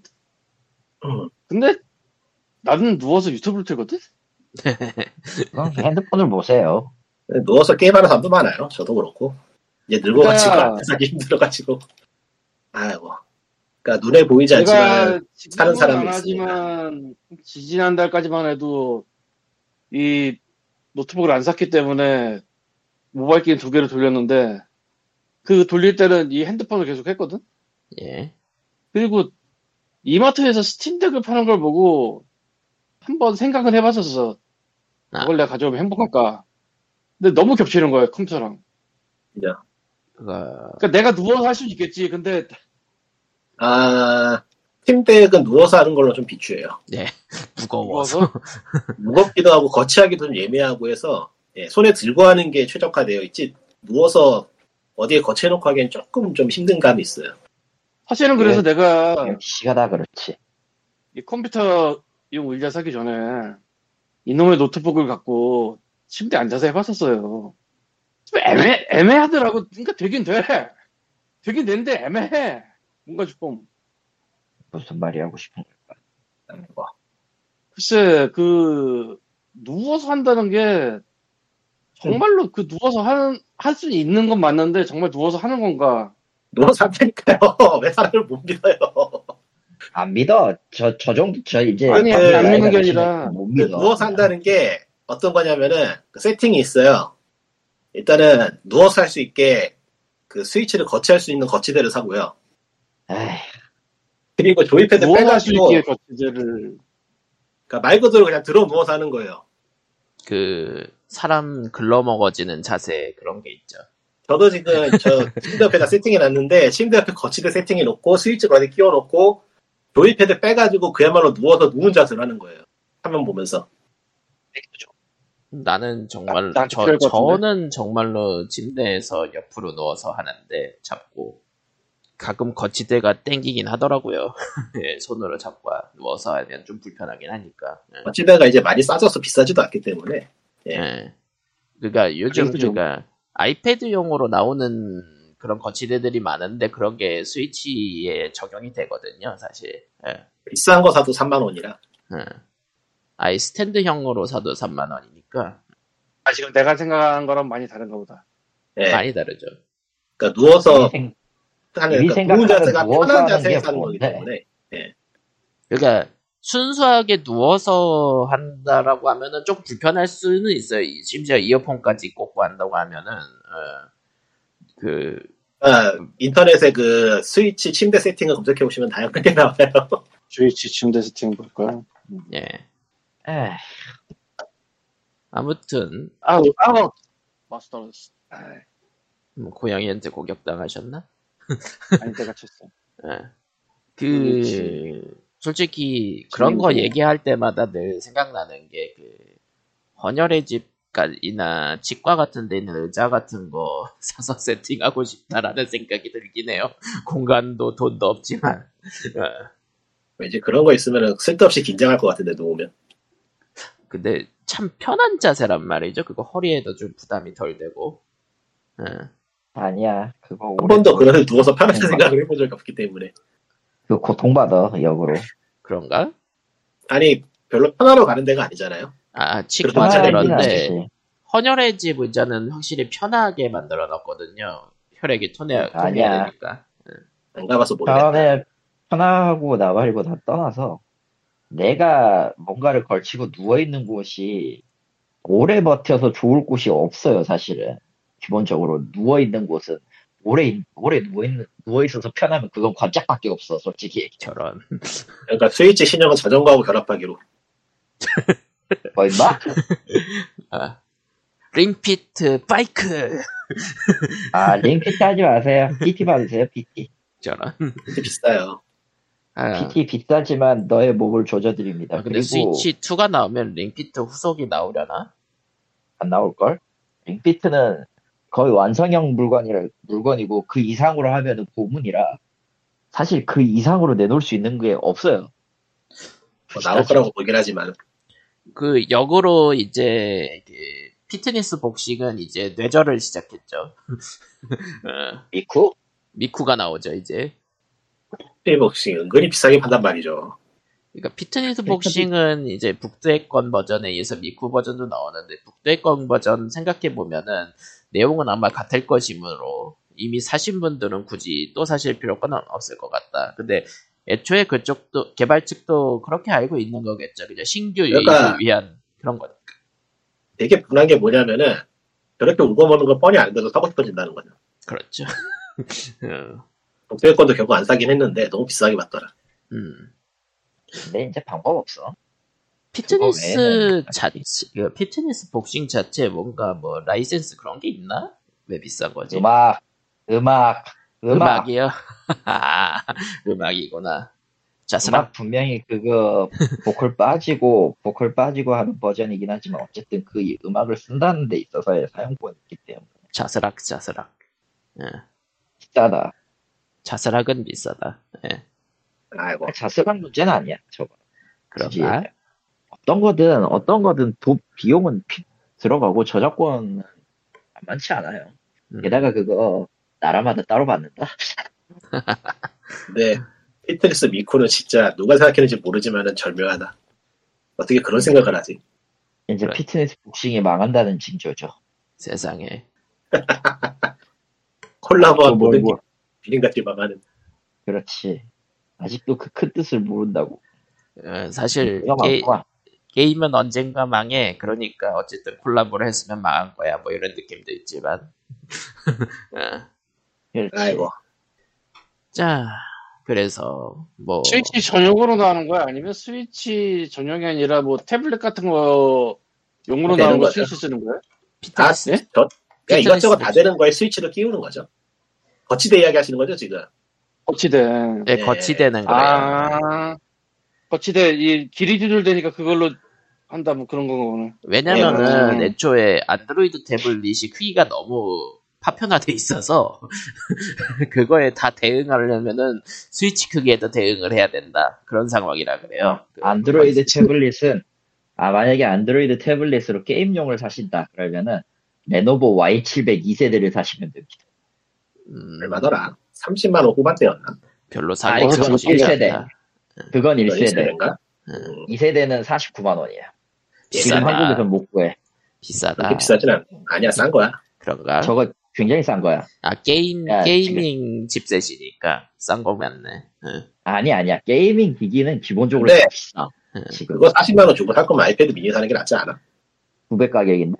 Speaker 3: 그.
Speaker 4: 음.
Speaker 3: 근데 나는 누워서 유튜브를 틀거든.
Speaker 2: 뭐. 그럼 핸드폰을 보세요.
Speaker 4: 네, 누워서 게임하는 사람도 많아요. 저도 그렇고 이제 늙어가지고
Speaker 3: 그러니까-
Speaker 4: 앞에 살기 힘들어가지고 아이고. 그러니까 눈에 보이지 않지만
Speaker 3: 내가
Speaker 4: 사는
Speaker 3: 지금은
Speaker 4: 사람이
Speaker 3: 안 하지만 지지난 달까지만 해도 이 노트북을 안 샀기 때문에 모바일 게임 두 개를 돌렸는데 그 돌릴 때는 이 핸드폰을 계속 했거든.
Speaker 1: 예.
Speaker 3: 그리고 이마트에서 스팀덱을 파는 걸 보고 한번 생각은 해봤었어.
Speaker 1: 아.
Speaker 3: 이걸 내가 가져오면 행복할까? 근데 너무 겹치는 거야 컴퓨터랑.
Speaker 1: 그거
Speaker 3: 그러니까 내가 누워서 할 수는 있겠지. 근데
Speaker 4: 아 팀백은 누워서 하는 걸로 좀 비추해요.
Speaker 1: 무거워서
Speaker 3: 누워서
Speaker 4: 무겁기도 하고 거치하기도 좀 예매하고 해서 예, 손에 들고 하는 게 최적화되어 있지 누워서 어디에 거쳐놓고 하기엔 조금 좀 힘든 감이 있어요.
Speaker 3: 사실은 그래서 내가
Speaker 2: UMPC가 다 그렇지.
Speaker 3: 이 컴퓨터용 의자 사기 전에 이놈의 노트북을 갖고 침대 앉아서 해봤었어요. 좀 애매, 애매하더라고. 그러니까 되긴 돼. 되긴 되는데 애매해. 뭔가 좀.
Speaker 2: 무슨 말이 하고 싶은 걸까?
Speaker 4: 아이고,
Speaker 3: 글쎄, 그, 누워서 한다는 게 정말로 그 누워서 하는, 할 수 있는 건 맞는데 정말 누워서 하는 건가.
Speaker 4: 누워서 한다니까요. 왜 사람을 못 믿어요.
Speaker 2: 안 믿어. 저, 저 정도, 저 이제.
Speaker 4: 아니, 안
Speaker 2: 나이가
Speaker 3: 믿는 게
Speaker 2: 드시니까
Speaker 3: 아니라
Speaker 2: 못
Speaker 4: 그
Speaker 2: 믿어.
Speaker 4: 누워서 한다는 게 어떤 거냐면은 그 세팅이 있어요. 일단은 누워서 할 수 있게 그 스위치를 거치할 수 있는 거치대를 사고요.
Speaker 2: 에이,
Speaker 4: 그리고 조이패드
Speaker 3: 무언가 할수
Speaker 4: 빼가지고
Speaker 3: 있게 거치제를
Speaker 4: 그러니까 말 그대로 그냥 들어 누워서 하는 거예요.
Speaker 1: 그 사람 글러먹어지는 자세 그런 게 있죠.
Speaker 4: 저도 지금 저 침대 옆에다 세팅해 놨는데 침대 옆에 거치대 세팅해 놓고 스위치 거기 끼워 놓고 조이패드 빼가지고 그야말로 누워서 누운 자세를 하는 거예요. 화면 보면서.
Speaker 1: 나는 정말
Speaker 3: 나- 나
Speaker 1: 저
Speaker 3: 필요할 것 같은데?
Speaker 1: 저는 정말로 침대에서 옆으로 누워서 하는데 잡고 가끔 거치대가 땡기긴 하더라고요. 예, 손으로 잡고 누워서 하면 좀 불편하긴 하니까. 예.
Speaker 4: 거치대가 이제 많이 싸져서 비싸지도 않기 때문에 예.
Speaker 1: 예. 그러니까 요즘
Speaker 3: 그래도 좀-
Speaker 1: 그러니까 아이패드용으로 나오는 그런 거치대들이 많은데 그런 게 스위치에 적용이 되거든요, 사실. 예.
Speaker 4: 비싼 거 사도 3만 원이라.
Speaker 1: 예. 아예 스탠드형으로 사도 3만 원이니까
Speaker 3: 아 지금 내가 생각한 거랑 많이 다른가 보다.
Speaker 4: 예.
Speaker 1: 많이 다르죠.
Speaker 4: 그러니까 누워서
Speaker 2: 우리 생-
Speaker 4: 하는
Speaker 2: 우리
Speaker 4: 그러니까 누운
Speaker 2: 생각하는
Speaker 4: 자세가
Speaker 2: 누워서
Speaker 4: 편한
Speaker 2: 하는
Speaker 4: 자세에
Speaker 2: 게 네.
Speaker 4: 사는 거기
Speaker 2: 뭔데?
Speaker 4: 때문에
Speaker 1: 그러니까 순수하게 누워서 한다라고 하면은 좀 불편할 수는 있어요. 이- 심지어 이어폰까지 꽂고 한다고 하면은 어, 그
Speaker 4: 아, 인터넷에 그 스위치 침대 세팅을 검색해 보시면 다양하게 나와요.
Speaker 3: 주위치 침대 세팅 볼 거야.
Speaker 1: 예.
Speaker 2: 에이,
Speaker 1: 아무튼
Speaker 3: 아우 아우 마스 떨어졌어. 아이,
Speaker 1: 음, 고양이한테 공격당하셨나?
Speaker 3: 아니 내가 쳤어.
Speaker 1: 예.
Speaker 3: 그렇지.
Speaker 1: 그 솔직히 그런 거
Speaker 3: 진행도.
Speaker 1: 얘기할 때마다 늘 생각나는 게 그 헌혈의 집이나 치과 같은 데 있는 의자 같은 거 사서 세팅하고 싶다라는 생각이 들긴 해요. 공간도 돈도 없지만 어,
Speaker 4: 왠지 뭐 그런 거 있으면 쓸데없이 긴장할 것 같은데 누우면.
Speaker 1: 근데 참 편한 자세란 말이죠. 그거 허리에도 좀 부담이 덜 되고 어,
Speaker 2: 아니야. 그거
Speaker 4: 한 번도
Speaker 2: 오래-
Speaker 4: 그런 누워서 편하게 생각을 해본 적이 없기 때문에.
Speaker 2: 그 고통받아, 역으로.
Speaker 1: 그런가?
Speaker 4: 아니 별로 편하러 가는 데가 아니잖아요.
Speaker 1: 아
Speaker 4: 맞아,
Speaker 1: 치과는
Speaker 2: 편하긴
Speaker 1: 그런데
Speaker 2: 하지.
Speaker 1: 헌혈의 집 의자는 확실히 편하게 만들어 놨거든요. 혈액이 통해, 통해야
Speaker 2: 아니야.
Speaker 1: 되니까.
Speaker 4: 안 가봐서 모르겠다.
Speaker 2: 편에 편하고 나발이고 다 떠나서 내가 뭔가를 걸치고 누워있는 곳이 오래 버텨서 좋을 곳이 없어요, 사실은. 기본적으로 누워있는 곳은 오래, 있- 오래 누워있는, 누워있어서 편하면 그건 관짝밖에 없어, 솔직히.
Speaker 1: 저런.
Speaker 4: 그러니까 스위치 신형은 자전거하고 결합하기로.
Speaker 2: 뭐, 임마?
Speaker 1: 아. 링피트, 바이크!
Speaker 2: 아, 링피트 하지 마세요. PT 받으세요, PT.
Speaker 1: 저런.
Speaker 4: 근데 비싸요.
Speaker 1: 아.
Speaker 2: PT 비싸지만 너의 목을 조져드립니다.
Speaker 1: 아, 근데
Speaker 2: 그리고
Speaker 1: 스위치2가 나오면 링피트 후속이 나오려나?
Speaker 2: 안 나올걸? 링피트는 거의 완성형 물건이라, 물건이고 그 이상으로 하면은 고문이라 사실 그 이상으로 내놓을 수 있는 게 없어요.
Speaker 4: 뭐 나올 거라고 보긴 하지만
Speaker 1: 그, 역으로 이제, 그 피트니스 복식은 이제 뇌절을 시작했죠. 어,
Speaker 2: 미쿠?
Speaker 1: 미쿠가 나오죠, 이제.
Speaker 4: 프리복싱 은근히 비싸게 판단 말이죠.
Speaker 1: 그러니까 피트니스
Speaker 2: 그러니까
Speaker 1: 복싱은 이제 북두의권 버전에 의해서 미쿠 버전도 나오는데 북두의권 버전 생각해 보면은 내용은 아마 같을 것이므로 이미 사신 분들은 굳이 또 사실 필요가 없을 것 같다. 근데 애초에 그쪽도 개발 측도 그렇게 알고 있는 거겠죠. 그냥 신규
Speaker 4: 그러니까-
Speaker 1: 유입을 위한 그런 거.
Speaker 4: 되게 분한 게 뭐냐면은 저렇게 울고먹는 걸 뻔히 알면서 사고 싶어진다는 거죠.
Speaker 1: 그렇죠. 음,
Speaker 4: 독대권도 결국 안 사긴 했는데 너무 비싸게 받더라.
Speaker 1: 음.
Speaker 2: 근데 이제 방법 없어.
Speaker 1: 피트니스
Speaker 2: 외에는
Speaker 1: 자체, 그 피트니스 복싱 자체 에 뭔가 뭐 라이센스 그런 게 있나? 왜 비싼 거지?
Speaker 4: 예.
Speaker 2: 음악, 음악, 음악,
Speaker 1: 음악. 이요 음악이구나. 자,
Speaker 2: 음악
Speaker 1: 스랑
Speaker 2: 분명히 그거 보컬 빠지고 보컬 빠지고 하는 버전이긴 하지만 어쨌든 그 이- 음악을 쓴다는 데 있어서의 사용권이 있기 때문에
Speaker 1: 자스락, 자스락. 예.
Speaker 2: 비싸다.
Speaker 1: 자스락은 비싸다. 예.
Speaker 4: 아이고
Speaker 2: 자세한 문제는 아니야. 저거. 굳이
Speaker 1: 그런가?
Speaker 2: 어떤 거든 어떤 거든 도, 비용은 피- 들어가고 저작권은 안 많지 않아요.
Speaker 1: 음.
Speaker 2: 게다가 그거 나라마다 따로 받는다.
Speaker 4: 근데 피트니스 미코는 진짜 누가 생각했는지 모르지만은 절묘하다. 어떻게 그런 생각을 하지?
Speaker 2: 이제
Speaker 1: 그래.
Speaker 2: 피트니스 복싱이 망한다는 징조죠.
Speaker 1: 세상에.
Speaker 4: 콜라보한
Speaker 3: 또 뭘,
Speaker 4: 모든 게
Speaker 2: 어, 뭐,
Speaker 3: 뭘.
Speaker 4: 비린같이 망하는.
Speaker 2: 그렇지. 아직도 그 큰 뜻을 모른다고.
Speaker 1: 어, 사실
Speaker 2: 음, 이거
Speaker 1: 게,
Speaker 2: 많구나.
Speaker 1: 게임은 언젠가 망해. 그러니까 어쨌든 콜라보를 했으면 망한 거야. 뭐 이런 느낌도 있지만. 어.
Speaker 2: 그렇지.
Speaker 1: 뭐.
Speaker 4: 아이고.
Speaker 1: 자, 그래서 뭐
Speaker 3: 스위치 전용으로 나오는 거야? 아니면 스위치 전용이 아니라 뭐 태블릿 같은 거 용으로
Speaker 4: 되는
Speaker 3: 나오는 아, 거
Speaker 4: 거죠.
Speaker 3: 스위치 쓰는 거야?
Speaker 4: 다,
Speaker 1: 피트니스
Speaker 3: 네?
Speaker 4: 아, 저, 그냥
Speaker 1: 피트니스
Speaker 4: 이것저것 다
Speaker 1: 뭐지?
Speaker 4: 되는 거에 스위치로 끼우는 거죠. 거치대 이야기 하시는 거죠, 지금?
Speaker 3: 거치대.
Speaker 1: 네,
Speaker 4: 예.
Speaker 1: 거치대는 거예요. 네.
Speaker 3: 아, 거치대 이 길이 조절되니까 그걸로 한다 뭐 그런 건가 보네.
Speaker 1: 왜냐면은
Speaker 3: 네.
Speaker 1: 애초에 안드로이드 태블릿이 크기가 너무 파편화돼 있어서 그거에 다 대응하려면은 스위치 크기에도 대응을 해야 된다 그런 상황이라 그래요. 그
Speaker 2: 안드로이드 태블릿은 아 만약에 안드로이드 태블릿으로 게임용을 사신다 그러면은 레노버 Y700 2세대를 사시면 됩니다.
Speaker 1: 음,
Speaker 4: 얼마더라? 30만원 후반대였나?
Speaker 1: 별로
Speaker 2: 아,
Speaker 1: 사기
Speaker 3: 그거
Speaker 1: 쳐
Speaker 3: 저거
Speaker 2: 세대. 그건
Speaker 1: 네,
Speaker 2: 1세대.
Speaker 4: 1세대인가?
Speaker 2: 2세대는 49만 원이야. 지금
Speaker 1: 비싸다.
Speaker 2: 한국에서는 못 구해.
Speaker 1: 비싸다.
Speaker 4: 그렇게
Speaker 2: 아.
Speaker 4: 비싸진 않, 아니야, 싼 거야. 아?
Speaker 1: 그런가?
Speaker 2: 저거 굉장히 싼 거야.
Speaker 1: 아 게임
Speaker 2: 야,
Speaker 1: 게이밍 집셋이니까 싼 거 맞네. 응.
Speaker 2: 아니 아니야. 게이밍 기기는 기본적으로
Speaker 4: 네.
Speaker 2: 다 비싸.
Speaker 1: 응.
Speaker 2: 지금
Speaker 4: 그거 40만원 주고 살 거면 아이패드 미니 사는 게 낫지 않아?
Speaker 2: 900 가격인데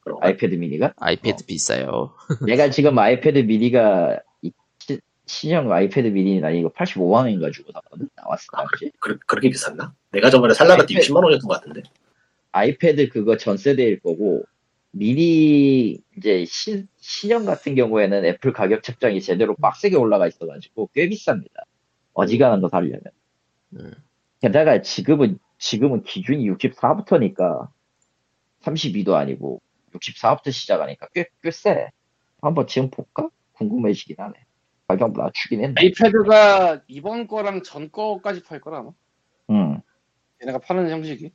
Speaker 4: 그런 거.
Speaker 2: 아이패드 미니가?
Speaker 1: 아이패드 비싸요.
Speaker 2: 내가 지금 아이패드 미니가 이 시- 신형 아이패드 미니는 아니고 85만 원인가 주고 나왔거든. 나왔어 당시.
Speaker 4: 그, 그렇게 비쌌나? 내가 저번에 살라가 때
Speaker 2: 아이패드.
Speaker 4: 60만원 줬던 것 같은데.
Speaker 2: 아이패드 그거 전 세대일 거고 미니 이제 신, 신형 같은 경우에는 애플 가격 책정이 제대로 빡세게 올라가 있어가지고 꽤 비쌉니다. 어지간한 거 사려면.
Speaker 1: 음.
Speaker 2: 게다가 지금은 지금은 기준이 64부터니까 32도 아니고 64부터 시작하니까 꽤 꽤 세. 한번 지금 볼까? 궁금해지긴 하네. 가격 낮추긴 했네.
Speaker 3: 아이패드가 이번 거랑 전 거까지 팔 거라 아마.
Speaker 2: 음.
Speaker 3: 얘네가 파는 형식이.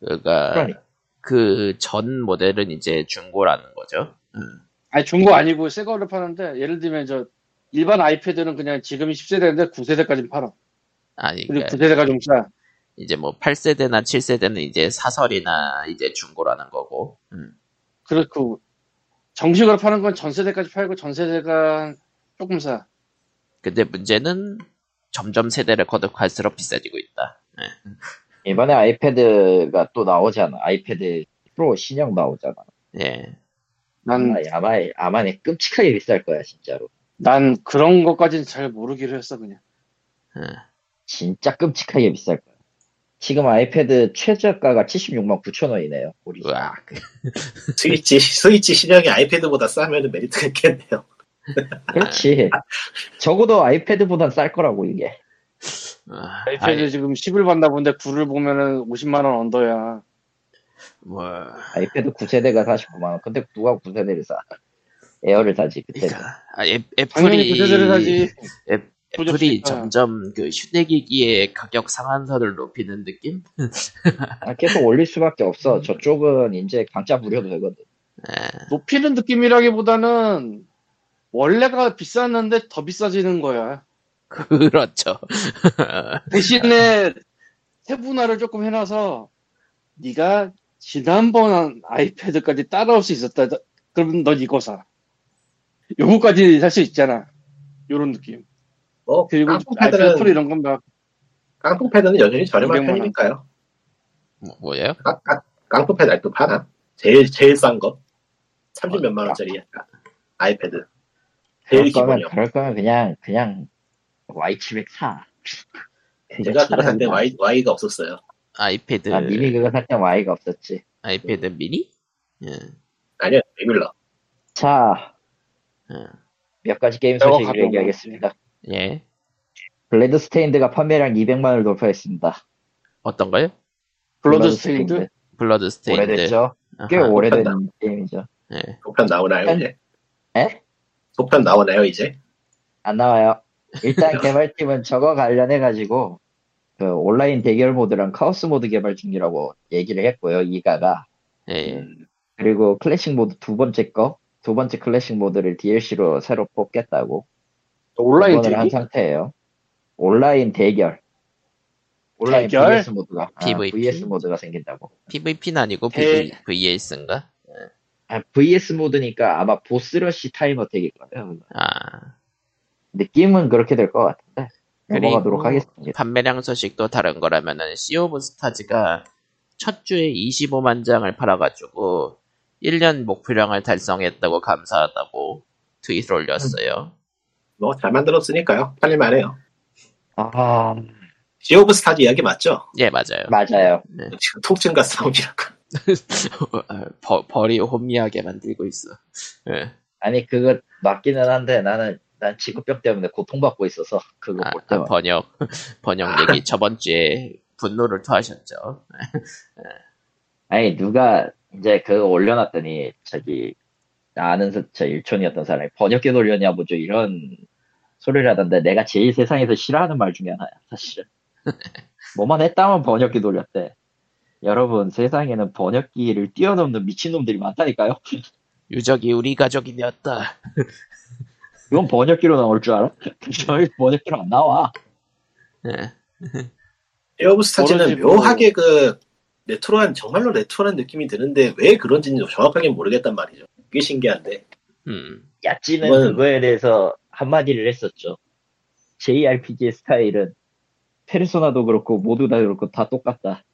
Speaker 1: 그러니까
Speaker 2: 그러니.
Speaker 1: 그 전 모델은 이제 중고라는 거죠. 응.
Speaker 3: 아니 중고 아니고 새 거를 파는데 예를 들면 저 일반 아이패드는 그냥 지금 10세대인데 9세대까지 팔아.
Speaker 1: 아니
Speaker 3: 그리고
Speaker 1: 그러니까
Speaker 3: 9세대가 좀 싸.
Speaker 1: 이제 뭐 8세대나 7세대는 이제 사설이나 이제 중고라는 거고. 음.
Speaker 3: 그렇고 정식으로 파는 건 전 세대까지 팔고 전 세대가 조금 싸.
Speaker 1: 근데 문제는 점점 세대를 거듭할수록 비싸지고 있다. 예.
Speaker 2: 이번에 아이패드가 또 나오잖아. 아이패드 프로 신형 나오잖아.
Speaker 1: 예.
Speaker 3: 난
Speaker 2: 아마 아마 아마 내 끔찍하게 비쌀 거야 진짜로.
Speaker 3: 난 그런 것까지는 잘 모르기로 했어 그냥
Speaker 2: 진짜 끔찍하게 비쌀 거야. 지금 아이패드 최저가가 76만 9천 원이네요. 우리
Speaker 1: 으악.
Speaker 4: 스위치, 스위치 신형이 아이패드보다 싸면 메리트가 있겠네요.
Speaker 2: 그렇지. 적어도 아이패드보단 쌀 거라고 이게.
Speaker 1: 아,
Speaker 3: 아이패드
Speaker 1: 아니,
Speaker 3: 지금 10을 받나 본데 9를 보면은 50만 원 언더야
Speaker 1: 뭐
Speaker 2: 아이패드 9세대가 49만 원. 근데 누가 9세대를 사? 에어를 사지 그때. 는
Speaker 1: 그러니까 아, 애,
Speaker 3: 당연히
Speaker 1: 애플이
Speaker 3: 그 세대를 사지
Speaker 1: 애플이
Speaker 3: 부족하니까.
Speaker 1: 점점 그 휴대기기의 가격 상한선을 높이는 느낌?
Speaker 2: 아, 계속 올릴 수밖에 없어. 저쪽은 이제 강짜 부려도 되거든.
Speaker 1: 예.
Speaker 3: 높이는 느낌이라기보다는 원래가 비쌌는데 더 비싸지는 거야
Speaker 1: 그렇죠.
Speaker 3: 대신에 세분화를 조금 해놔서 네가 지난번 한 아이패드까지 따라올 수 있었다 그럼 넌 이거 사 요거까지 살 수 있잖아 요런 느낌
Speaker 4: 뭐,
Speaker 3: 그리고 아이패드 프로
Speaker 4: 깡통패드는,
Speaker 3: 이런 건막
Speaker 4: 깡통패드는 여전히 저렴한
Speaker 3: 200만 원.
Speaker 4: 편이니까요.
Speaker 1: 뭐, 뭐예요?
Speaker 4: 깡, 깡, 깡통패드 아직도 파나? 제일, 제일 싼 거. 30 몇만
Speaker 2: 어,
Speaker 4: 원짜리 아이패드.
Speaker 2: 그럴
Speaker 4: 제일
Speaker 2: 거면
Speaker 4: 기본이요.
Speaker 2: 그럴 거면 그냥 그냥 Y700 사. 그게
Speaker 4: 제가 그거 살 때
Speaker 2: 차라리
Speaker 4: Y, Y가 없었어요.
Speaker 1: 아이패드
Speaker 2: 아, 미니 그거 살 때 Y가 없었지.
Speaker 1: 아이패드 미니? 예.
Speaker 4: 아니요, 레귤러.
Speaker 2: 자,
Speaker 1: 예.
Speaker 2: 몇 가지 게임
Speaker 3: 네. 저거
Speaker 2: 소식을
Speaker 3: 가벼운
Speaker 2: 얘기하겠습니다.
Speaker 1: 예.
Speaker 2: 블레드 스테인드가 판매량 200만을 돌파했습니다.
Speaker 1: 어떤 거요?
Speaker 3: 블러드 스테인드? 네,
Speaker 1: 블러드 스테인드.
Speaker 2: 오래됐죠? 꽤
Speaker 1: 아하,
Speaker 2: 오래된
Speaker 4: 높였다.
Speaker 2: 게임이죠.
Speaker 1: 예.
Speaker 4: 속편 나오나요,
Speaker 2: 한-
Speaker 4: 이제?
Speaker 2: 에?
Speaker 4: 속편 나오나요, 이제?
Speaker 2: 안 나와요. 일단 개발팀은 저거 관련해가지고 그 온라인 대결 모드랑 카오스 모드 개발 중이라고 얘기를 했고요. 이가가
Speaker 1: 예, 예.
Speaker 4: 음,
Speaker 2: 그리고 클래식 모드 두 번째 거, 두 번째 클래식 모드를 DLC로 새로 뽑겠다고
Speaker 3: 온라인
Speaker 2: 공언을 한
Speaker 3: 대기?
Speaker 2: 상태예요. 온라인 대결, 온라인
Speaker 3: 대결?
Speaker 2: VS 모드가 아,
Speaker 1: PVP?
Speaker 2: VS 모드가 생긴다고.
Speaker 1: PVP는 아니고
Speaker 2: 네.
Speaker 3: 대-
Speaker 1: v, VS인가?
Speaker 2: 아, VS 모드니까 아마 보스러시 타임 어택일 거예요.
Speaker 1: 아,
Speaker 2: 느낌은 그렇게 될 것 같은데. 넘어가도록
Speaker 1: 그리고
Speaker 2: 하겠습니다.
Speaker 1: 판매량 소식도 다른 거라면은 시 오브 스타즈가 첫 주에 25만 장을 팔아가지고 1년 목표량을 달성했다고 감사하다고 트윗을 올렸어요.
Speaker 4: 뭐 잘 만들었으니까요. 팔릴만해요.
Speaker 2: 아,
Speaker 4: 지오브 스타즈 이야기 맞죠?
Speaker 1: 예 맞아요.
Speaker 2: 맞아요.
Speaker 1: 네.
Speaker 4: 지금 통증과 싸움이라고.
Speaker 1: 벌, 벌이 혼미하게 만들고 있어. 예.
Speaker 2: 아니, 그거 맞기는 한데 나는, 난 지구병 때문에 고통받고 있어서 그거
Speaker 1: 아,
Speaker 2: 볼
Speaker 1: 아,
Speaker 2: 때마다.
Speaker 1: 번역 번역 얘기 저번 주에 분노를 토하셨죠.
Speaker 2: 아니 누가 이제 그거 올려놨더니 저기 나 아는 사- 저 일촌이었던 사람이 번역기 돌렸냐 뭐죠 이런 소리를 하던데 내가 제일 세상에서 싫어하는 말 중에 하나야 사실 뭐만 했다면 번역기 돌렸대 여러분 세상에는 번역기를 뛰어넘는 미친놈들이 많다니까요
Speaker 1: 유적이 우리 가족이었다.
Speaker 2: 이건 번역기로 나올 줄 알아? 저희 번역기로 안 나와
Speaker 1: 예.
Speaker 4: 지오브 스타즈는
Speaker 3: 오로지 뭐-
Speaker 4: 묘하게 그 레트로한 정말로 레트로한 느낌이 드는데 왜 그런지는 정확하게 모르겠단 말이죠. 이게 신기한데.
Speaker 1: 음.
Speaker 2: 야찌는
Speaker 4: 이건-
Speaker 2: 그거에 대해서 한마디를 했었죠 JRPG 스타일은 페르소나도 그렇고 모두 다 그렇고 다 똑같다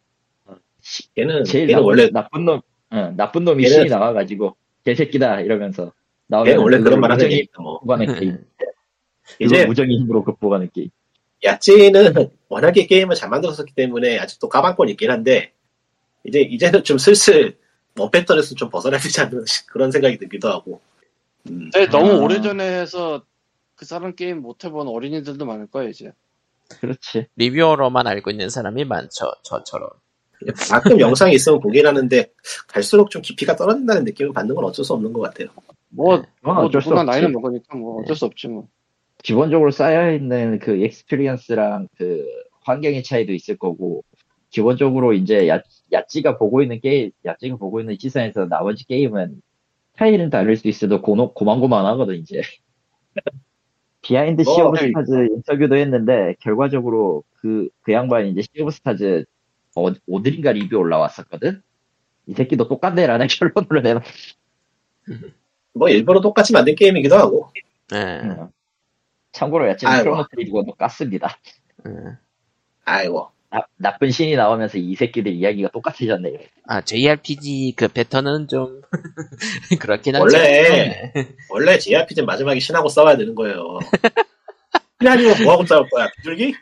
Speaker 4: 걔는
Speaker 2: 제일
Speaker 4: 걔는
Speaker 2: 나쁜,
Speaker 4: 원래
Speaker 2: 나쁜 놈, 응, 나쁜 놈이
Speaker 4: 얘는-
Speaker 2: 신이 나와가지고 개새끼다 이러면서 나오면
Speaker 4: 걔는 원래 네, 그런
Speaker 2: 예, 그걸
Speaker 4: 말 하는
Speaker 2: 우정이
Speaker 4: 애니까 뭐.
Speaker 2: 극복하는 게임, 이제
Speaker 4: 이제
Speaker 2: 우정의 힘으로 극복하는 게임.
Speaker 4: 야채는 워낙에 게임을 잘 만들었었기 때문에 아직도 까방권 있긴 한데 이제 이제는 좀 슬슬 원패턴에서 좀 벗어나야 되지 않는 그런 생각이 들기도 하고 음,
Speaker 3: 근데 너무
Speaker 2: 아.
Speaker 3: 오래전에 해서 그 사람 게임 못 해본 어린이들도 많을 거야 이제.
Speaker 2: 그렇지.
Speaker 1: 리뷰어로만 알고 있는 사람이 많죠. 저처럼.
Speaker 4: 가끔 영상이 있으면 보긴 하는데 갈수록 좀 깊이가 떨어진다는 느낌을 받는 건 어쩔 수 없는 것 같아요.
Speaker 1: 네.
Speaker 3: 뭐,
Speaker 2: 그건
Speaker 3: 뭐
Speaker 2: 어쩔 수
Speaker 3: 누구나
Speaker 2: 없지. 네.
Speaker 3: 나이는 먹으니까 뭐 어쩔 수 없지 뭐.
Speaker 2: 기본적으로 쌓여 있는 그 익스피리언스랑 그 환경의 차이도 있을 거고 기본적으로 이제 야, 야찌가 보고 있는 게임, 야찌가 보고 있는 시선에서 나머지 게임은 타일은 다를 수 있어도 고노, 고만고만하거든 이제. 비하인드
Speaker 4: 뭐,
Speaker 2: 시 오브
Speaker 3: 네.
Speaker 2: 스타즈 인터뷰도 했는데 결과적으로 그, 그 양반이 이제 시 오브 스타즈 어, 오늘인가 리뷰 올라왔었거든. 이 새끼도 똑같네라는 결론으로 내놨.
Speaker 4: 뭐 일부러 똑같이 만든 게임이기도 하고
Speaker 1: 예.
Speaker 2: 음. 참고로 야찌는
Speaker 4: 아이고.
Speaker 2: 크로노 트리거도 깠습니다.
Speaker 1: 예.
Speaker 4: 아이고
Speaker 2: 나, 나쁜 신이 나오면서 이 새끼들 이야기가 똑같아졌네요.
Speaker 1: 아 JRPG 그 패턴은 좀 그렇긴 예. 하죠.
Speaker 4: 원래 원래 JRPG 는 마지막에 신하고 싸워야 되는 거예요. 신이 아니면 뭐하고 싸울 거야? 비둘기?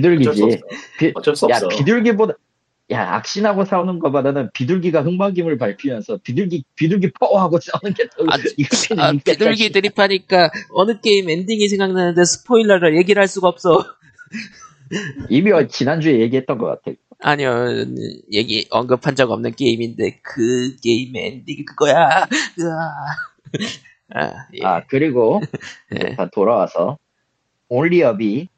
Speaker 1: 예.
Speaker 4: 어쩔 수 없어.
Speaker 2: 비둘기지. 비-
Speaker 4: 어쩔 수
Speaker 2: 야,
Speaker 4: 없어.
Speaker 2: 비둘기보다, 야, 악신하고 싸우는 것보다는 비둘기가 흑막임을 밟히면서 비둘기, 비둘기 퍼하고 싸우는 게 더,
Speaker 1: 아,
Speaker 2: 이거는
Speaker 1: 아,
Speaker 2: 인간같이.
Speaker 1: 비둘기 드립하니까 어느 게임 엔딩이 생각나는데 스포일러를 얘기를 할 수가 없어.
Speaker 2: 이미 어- 지난주에 얘기했던 것 같아.
Speaker 1: 아니요, 얘기 언급한 적 없는 게임인데 그 게임의 엔딩이 그거야. 으아. 아, 예.
Speaker 2: 아, 그리고,
Speaker 1: 예.
Speaker 2: 다 돌아와서, 올리업이,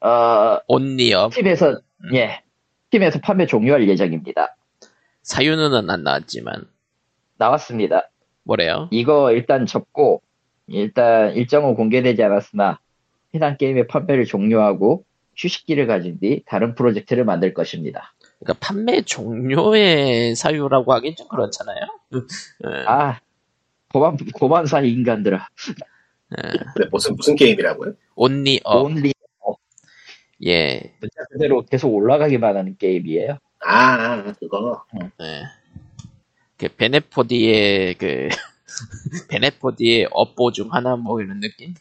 Speaker 2: 어,
Speaker 1: 온리업
Speaker 2: 팀에서,
Speaker 1: 음.
Speaker 2: 예, 팀에서 판매 종료할 예정입니다.
Speaker 1: 사유는 안 나왔지만
Speaker 2: 나왔습니다.
Speaker 1: 뭐래요?
Speaker 2: 이거 일단 접고 일단 일정은 공개되지 않았으나 해당 게임의 판매를 종료하고 휴식기를 가진 뒤 다른 프로젝트를 만들 것입니다.
Speaker 1: 그러니까 판매 종료의 사유라고 하긴 좀 그렇잖아요. 예.
Speaker 2: 아 고만 고만사 인간들아
Speaker 1: 예.
Speaker 4: 그래 무슨 무슨 게임이라고요?
Speaker 1: 온리업
Speaker 2: 온리
Speaker 1: 예.
Speaker 2: 문자 그대로 계속 올라가기만 하는 게임이에요.
Speaker 4: 아 아, 그거
Speaker 1: 예. 그 베네포디의 그 베네포디의 업보 중 하나 뭐 이런 느낌?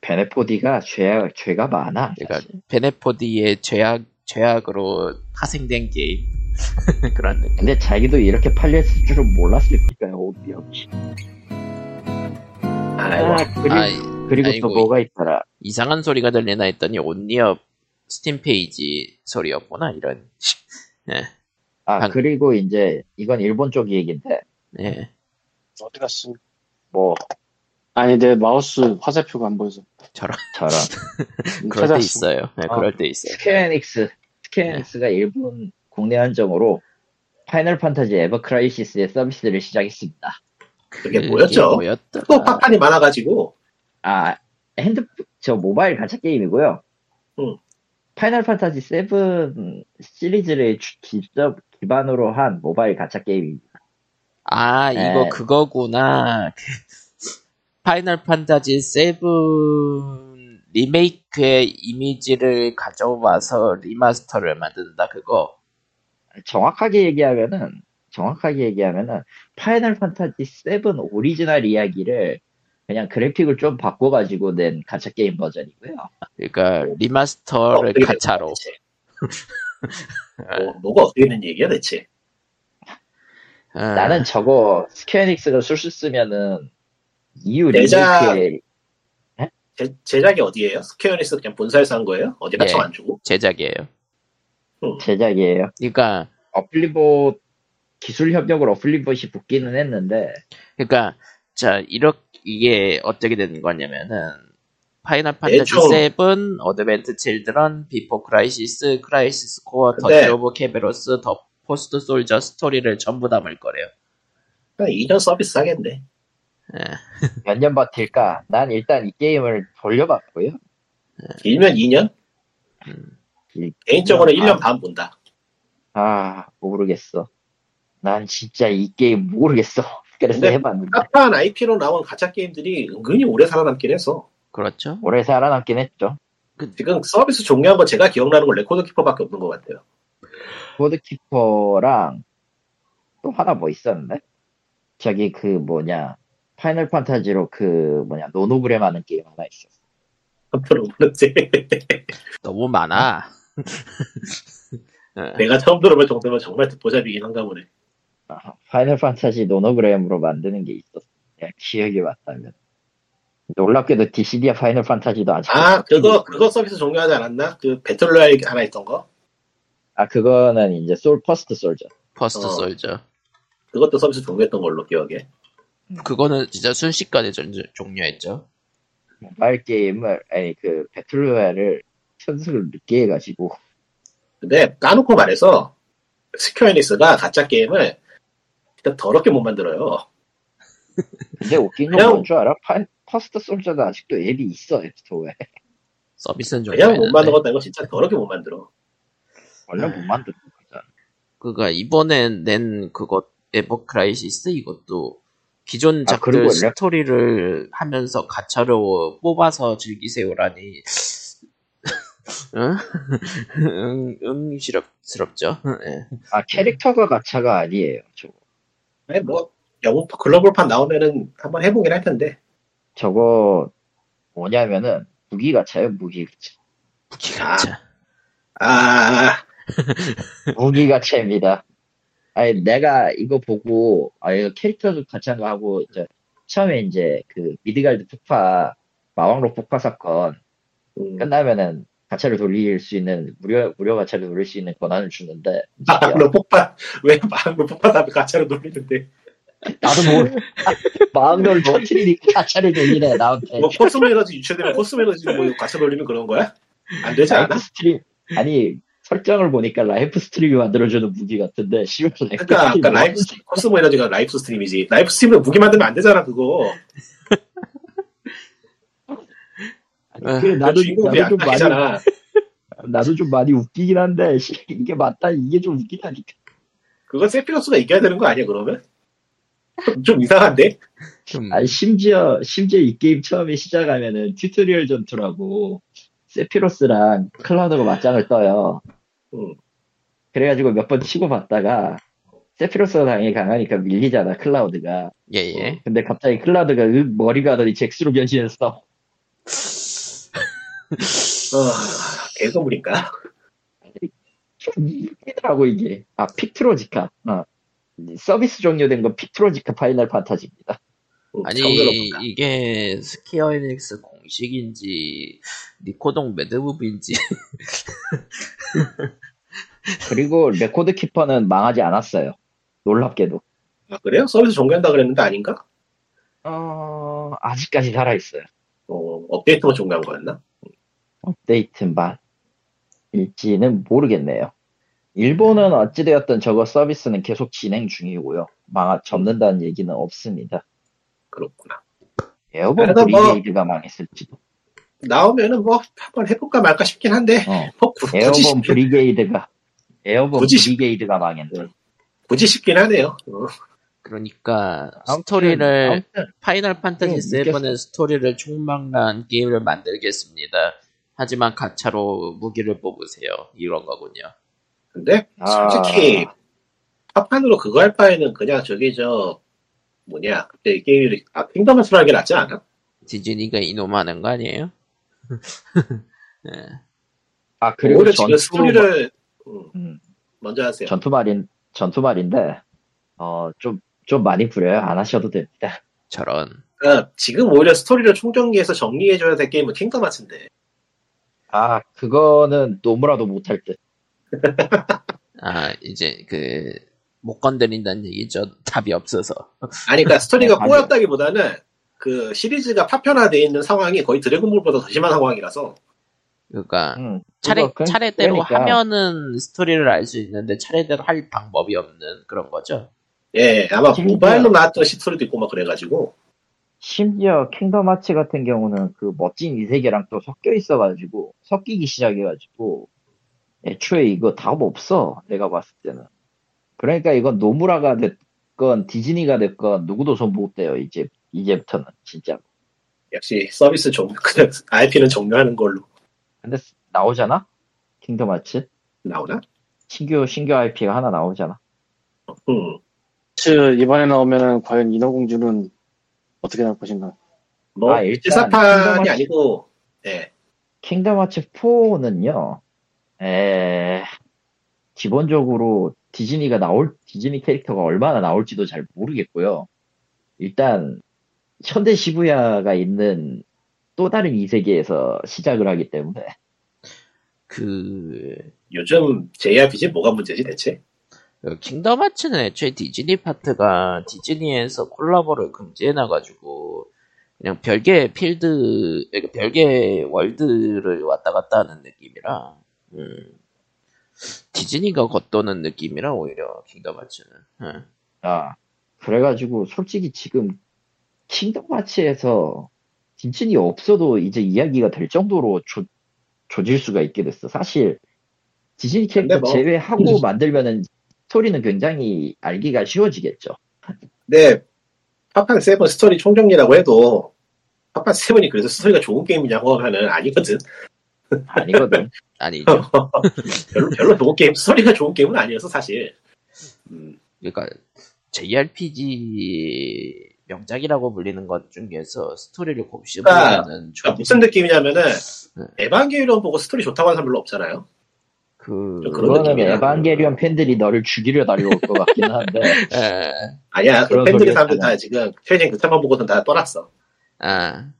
Speaker 2: 베네포디가 죄 죄가 많아.
Speaker 1: 그러니까 베네포디의 죄악 죄악으로 파생된 게임 그런 느낌.
Speaker 2: 근데 자기도 이렇게 팔렸을 줄은 몰랐을 거니까요. 온리 없이.
Speaker 4: 아이고
Speaker 2: 아, 그리고
Speaker 1: 아
Speaker 2: 그리고
Speaker 1: 아이고.
Speaker 2: 또 뭐가 있더라.
Speaker 1: 이상한 소리가 들리나 했더니 온리업 스팀 페이지 소리였구나 이런. 예.
Speaker 2: 아
Speaker 1: 방-
Speaker 2: 그리고 이제 이건 일본 쪽 얘기인데
Speaker 1: 예.
Speaker 3: 어디 갔어?
Speaker 2: 뭐
Speaker 3: 아니 내 마우스 화살표가 안 보여서
Speaker 1: 저런
Speaker 2: 저런
Speaker 1: 그럴 때
Speaker 3: 찾았어.
Speaker 1: 있어요. 예,
Speaker 2: 어.
Speaker 1: 그럴 때 있어요.
Speaker 2: 스퀘어닉스 스퀘어닉스가 일본 국내 한정으로 파이널 판타지 에버 크라이시스의 서비스를 시작했습니다.
Speaker 4: 그게 뭐였죠?
Speaker 1: 뭐였더라?
Speaker 4: 또 파판이 많아가지고
Speaker 2: 아 핸드 저 모바일 가챠 게임이고요.
Speaker 4: 응.
Speaker 2: 파이널 판타지 7 시리즈를 주- 직접 기반으로 한 모바일 가챠 게임입니다.
Speaker 4: 네.
Speaker 1: 아, 이거
Speaker 2: 예.
Speaker 1: 그거구나. 그 파이널 판타지 7 리메이크의 이미지를 가져와서 리마스터를 만든다 그거.
Speaker 2: 정확하게 얘기하면은 정확하게 얘기하면은 파이널 판타지 7 오리지널 이야기를 그냥 그래픽을 좀 바꿔가지고 낸 가챠 게임 버전이고요.
Speaker 1: 그러니까 리마스터를
Speaker 4: 어떻게 된
Speaker 1: 가차로.
Speaker 4: 거야, 대체? 뭐, 뭐가 어떻게 된 얘기야 대체?
Speaker 1: 아,
Speaker 2: 나는 저거 스퀘어닉스가 술술 쓰면은 이유
Speaker 4: 내장.
Speaker 2: 리메이크에
Speaker 4: 제, 제작이 어디예요? 스퀘어닉스 그냥 본사에서 한 거예요? 어디
Speaker 1: 예.
Speaker 4: 가청 안 주고?
Speaker 1: 제작이에요.
Speaker 2: 제작이에요.
Speaker 1: 그러니까
Speaker 2: 어플리봇 기술 협력을 어플리봇이 붙기는 했는데
Speaker 1: 그러니까 자 이렇게 이게 어떻게 되는 거냐면은 파이널 판타지
Speaker 4: 대충.
Speaker 1: 7, 어드벤트 칠드런, 비포 크라이시스, 크라이시스 코어,
Speaker 4: 근데-
Speaker 1: 터치 오브 케베로스, 더 포스트 솔저 스토리를 전부 담을 거래요.
Speaker 4: 그냥 2년 서비스 하겠네.
Speaker 2: 몇 년 버틸까? 난 일단 이 게임을 돌려봤고요.
Speaker 1: 예.
Speaker 4: 길면 2년?
Speaker 1: 음.
Speaker 2: 이-
Speaker 4: 개인적으로는
Speaker 2: 아.
Speaker 4: 1년 반 본다.
Speaker 2: 아 모르겠어. 난 진짜 이 게임 모르겠어. 그래서
Speaker 4: 근데-
Speaker 2: 해봤는데
Speaker 4: 까파한 IP로 나온 가짜 게임들이 은근히 오래 살아남긴 했어.
Speaker 1: 그렇죠?
Speaker 2: 오래 살아남긴 했죠.
Speaker 4: 지금 서비스 종료한 거 제가 기억나는 건 레코드 키퍼밖에 없는 것 같아요.
Speaker 2: 보드키퍼랑 또 하나 뭐 있었는데? 저기 그 뭐냐 파이널 판타지로 그 뭐냐 노노브레 많은 게임 하나 있었어.
Speaker 4: 앞으로 모르지.
Speaker 1: 너무 많아. 아.
Speaker 4: 내가 처음 들어볼 정도면 정말 듣보잡이긴 한가 보네.
Speaker 2: 아, 파이널 판타지 노노브레으로 만드는 게 있었어. 그냥 기억이 맞다면. 놀랍게도 DCD와 파이널 판타지도 아직
Speaker 4: 아, 그거, 그거 서비스 종료하지 않았나? 그 배틀로얄 하나 있던 거?
Speaker 2: 아 그거는 이제 솔 퍼스트 솔저.
Speaker 1: 퍼스트
Speaker 4: 어.
Speaker 1: 솔저.
Speaker 4: 그것도 서비스 종료했던 걸로 기억해.
Speaker 1: 그거는 진짜 순식간에 전, 종료했죠.
Speaker 2: 모바일 게임을 아니 그 배틀로얄을 편승을 늦게 해가지고
Speaker 4: 근데 까놓고 말해서 스퀘어닉스가 가짜 게임을 진짜 더럽게 못 만들어요.
Speaker 2: 근데 웃긴
Speaker 4: 그냥-
Speaker 2: 건뭔줄 알아? 파, 퍼스트 솔저도 아직도 앱이 있어 앱스토어에
Speaker 1: 서비스는
Speaker 4: 그냥 못
Speaker 1: 종료했는데.
Speaker 4: 만들었다는 거 진짜 더럽게 못 만들어.
Speaker 2: 원래 못 만드는 거잖아
Speaker 1: 그니까 이번에 낸 그거 에버크라이시스 이것도 기존
Speaker 2: 아,
Speaker 1: 작들
Speaker 2: 그리고 원래-
Speaker 1: 스토리를 하면서 가차로 뽑아서 즐기세요라니 응? 응, 응시럽스럽죠. 예.
Speaker 2: 아 캐릭터가 가차가 아니에요 저거
Speaker 4: 아니, 뭐, 영국 글로벌판 나오면은 한번 해보긴 할 텐데.
Speaker 2: 저거 뭐냐면은 무기 가차예요 무기 가차
Speaker 1: 무기 가차.
Speaker 4: 아,
Speaker 2: 무기 가차입니다 아니 내가 이거 보고 아 이거 캐릭터도 가차인가 하고 이제 처음에 이제 그 미드갈드 폭파 마왕로 폭파 사건
Speaker 4: 음,
Speaker 2: 끝나면은 가차를 돌릴 수 있는 무료 무료 가차를 돌릴 수 있는 권한을 주는데 이제
Speaker 4: 마음으로 폭파, 왜 마음으로 폭파하면 가짜로 놀리는데.
Speaker 2: 나도 모르 마음을 터트리니까 가차를 돌리네 나한테
Speaker 4: 뭐, 코스메러지 유출되면 코스메러지 뭐, 가짜 놀리는 그런 거야? 안 되지 않아?
Speaker 2: 라이프 스트림 아니 설정을 보니까 라이프 스트림이 만들어주는 무기 같은데 씨발 라이프
Speaker 4: 그러니까 아까
Speaker 2: 스트림 뭐-
Speaker 4: 라이브 스트림, 코스모 에너지가 라이브 스트림이지. 라이브 스트림으로 무기 만들면 안 되잖아 그거.
Speaker 2: 그래, 나도,
Speaker 4: 주인공이
Speaker 2: 나도
Speaker 4: 안
Speaker 2: 좀 많이
Speaker 4: 되잖아.
Speaker 2: 나도 좀 많이 웃기긴 한데 씨, 이게 맞다 이게 좀 웃기다니까
Speaker 4: 그건 세피로스가 이겨야 되는 거 아니야 그러면? 좀 이상한데?
Speaker 1: 좀
Speaker 2: 아니 심지어 심지어 이 게임 처음에 시작하면은 튜토리얼 전투라고 세피로스랑 클라우드가 맞짱을 떠요
Speaker 4: 음.
Speaker 2: 그래가지고 몇 번 치고 받다가 세피로스가 당연히 강하니까 밀리잖아 클라우드가
Speaker 1: 예예. 예.
Speaker 2: 근데 갑자기 클라우드가 으, 머리가 하더니 잭스로 변신했어
Speaker 4: 아, 개그물인가?
Speaker 2: 좀 웃기더라고 이게 아 픽트로지카 어. 서비스 종료된 건 픽트로지카 파이널 판타지입니다
Speaker 4: 음,
Speaker 1: 아니
Speaker 4: 처음 들어본다.
Speaker 1: 이게 스퀘어 에닉스 공식인지 니코동 매드무비인지
Speaker 2: 그리고 레코드 키퍼는 망하지 않았어요 놀랍게도
Speaker 4: 아, 그래요? 서비스 종료한다 그랬는데 아닌가?
Speaker 2: 어, 아직까지 살아있어요
Speaker 4: 어, 업데이트가 종료한 거였나?
Speaker 2: 어. 업데이트만 일지는 모르겠네요 일본은 어찌되었든 저거 서비스는 계속 진행 중이고요 망하 접는다는 얘기는 없습니다
Speaker 4: 그렇구나.
Speaker 2: 에어본
Speaker 4: 그래도 뭐-
Speaker 2: 브리게이드가 망했을지도.
Speaker 4: 나오면은 뭐 한번 해볼까 말까 싶긴 한데
Speaker 2: 어.
Speaker 4: 뭐 구- 굳이
Speaker 2: 에어본
Speaker 4: 싶,
Speaker 2: 브리게이드가 에어본
Speaker 4: 굳이 십-
Speaker 2: 브리게이드가 망했네.
Speaker 4: 굳이 싶긴 하네요. 어,
Speaker 1: 그러니까
Speaker 2: 아무튼,
Speaker 1: 스토리를
Speaker 2: 아무튼
Speaker 1: 파이널
Speaker 2: 음,
Speaker 1: 판타지
Speaker 2: 느꼈어.
Speaker 1: 7의 스토리를 총망라한 게임을 만들겠습니다. 하지만 가차로 무기를 뽑으세요. 이런 거군요.
Speaker 4: 근데
Speaker 2: 아.
Speaker 4: 솔직히 파판으로 그거 할 바에는 그냥 저기 저 뭐냐 그때 이 게임이 아 킹덤 하트라는 게 낫지 않아?
Speaker 1: 디즈니가 이놈 하는 거 아니에요?
Speaker 2: 아 그리고
Speaker 4: 오히려
Speaker 2: 전투
Speaker 4: 지금 스토리를 음,
Speaker 2: 음,
Speaker 4: 먼저 하세요.
Speaker 2: 전투 말인 전투 말인데 어좀좀 많이 부려요 안 하셔도 됩니다.
Speaker 1: 저런.
Speaker 4: 그러니까 지금 오히려 스토리를 총정리해서 정리해줘야 될 게임은 킹덤 하트인데
Speaker 2: 아 그거는 너무라도 못할 듯.
Speaker 1: 아 이제 그 못 건드린다는 얘기죠. 답이 없어서.
Speaker 4: 아니 그러니까 스토리가
Speaker 2: 네,
Speaker 4: 꼬였다기보다는 그 시리즈가 파편화돼 있는 상황이 거의 드래곤볼보다 더 심한 상황이라서
Speaker 1: 그러니까
Speaker 2: 음,
Speaker 1: 차례
Speaker 2: 그거 그-
Speaker 1: 차례대로
Speaker 2: 그러니까.
Speaker 1: 하면은 스토리를 알 수 있는데 차례대로 할 방법이 없는 그런 거죠.
Speaker 4: 예 아마
Speaker 2: 재밌네요.
Speaker 4: 모바일로 나왔던 스토리도 있고 막 그래가지고
Speaker 2: 심지어 킹덤 하츠 같은 경우는 그 멋진 이세계랑 또 섞여 있어가지고 섞이기 시작해가지고 애초에 이거 답 없어 내가 봤을 때는 그러니까 이건 노무라가 됐건 디즈니가 됐건 누구도 손 못 대요 이제 이제부터는 진짜
Speaker 4: 역시 서비스 종료 그냥 IP는 종료하는 걸로
Speaker 2: 근데 스- 나오잖아 킹덤 하츠
Speaker 4: 나오나?
Speaker 2: 신규 신규 IP가 하나 나오잖아
Speaker 4: 음.
Speaker 3: 혹시 이번에 나오면 과연 인어공주는 어떻게 나올 것인가?
Speaker 4: 뭐
Speaker 2: 아, 일단
Speaker 4: 실사판이
Speaker 2: 평범하지.
Speaker 4: 아니고 예
Speaker 2: 킹덤 하츠 4는요 에 기본적으로 디즈니가 나올 디즈니 캐릭터가 얼마나 나올지도 잘 모르겠고요. 일단 현대 시부야가 있는 또 다른 이 세계에서 시작을 하기 때문에
Speaker 1: 그
Speaker 4: 요즘 JRPG 뭐가 문제지 대체?
Speaker 1: 그 킹덤 하츠는 애초에 디즈니 파트가 디즈니에서 콜라보를 금지해놔가지고 그냥 별개의 필드, 그러니까 별개의 월드를 왔다 갔다 하는 느낌이라 음, 디즈니가 겉도는 느낌이라 오히려 킹덤 하츠는 어, 응.
Speaker 2: 아 그래가지고 솔직히 지금 킹덤 마치에서 디즈니 없어도 이제 이야기가 될 정도로 조, 조질 수가 있게 됐어. 사실 디즈니 캐릭터
Speaker 4: 근데 뭐-
Speaker 2: 제외하고 만들면은 스토리는 굉장히 알기가 쉬워지겠죠.
Speaker 4: 근데 파판 세븐 스토리 총정리라고 해도 파판 세븐이 그래서 스토리가 좋은 게임이냐고 하면은 아니거든
Speaker 2: 아니거든.
Speaker 1: 아니죠.
Speaker 4: 별로 별로 좋은 게임 스토리가 좋은 게임은 아니어서 사실 음,
Speaker 1: 그러니까 JRPG 명작이라고 불리는 것 중에서 스토리를 곱씹으려는
Speaker 4: 그러니까 무슨 느낌이냐면은
Speaker 1: 네.
Speaker 4: 에반게리온 보고 스토리 좋다고 하는 사람 별로 없잖아요
Speaker 1: 그
Speaker 4: 좀 그런
Speaker 2: 그거는
Speaker 4: 느낌이야.
Speaker 2: 에반게리온 팬들이 너를 죽이려 달려올 것 같긴 한데
Speaker 1: 예.
Speaker 4: 아니야 그
Speaker 2: 그런
Speaker 4: 팬들의
Speaker 2: 소리였잖아.
Speaker 4: 사람들 다 지금 최신 극장판 보고선 다 떠났어
Speaker 1: 아,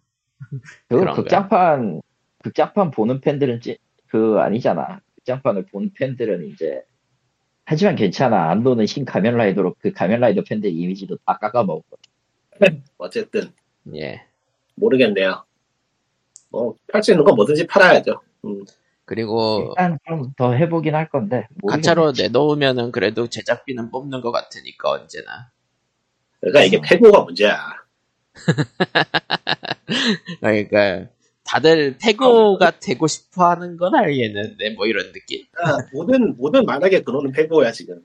Speaker 2: 그
Speaker 1: 그런가요?
Speaker 2: 극장판 극장판 보는 팬들은 찌, 그 아니잖아 극장판을 보는 팬들은 이제 하지만 괜찮아 안도는 신 가면라이더로 그 가면라이더 팬들 이미지도 다 깎아먹고
Speaker 4: 어쨌든
Speaker 1: 예.
Speaker 4: 모르겠네요 뭐팔 수 있는 건 뭐든지 팔아야죠 음.
Speaker 1: 그리고
Speaker 2: 일단 좀 더 네, 해보긴 할 건데 모르겠네.
Speaker 1: 어. 가차로 내놓으면은 그래도 제작비는 뽑는 것 같으니까 언제나.
Speaker 4: 그러니까 이게
Speaker 2: 음.
Speaker 4: 패고가 문제야
Speaker 1: 그러니까 다들 태고가 되고 싶어 하는 건 알겠는데 뭐 이런 느낌.
Speaker 4: 아, 모든 모든 만약에 그러는 패고야 지금.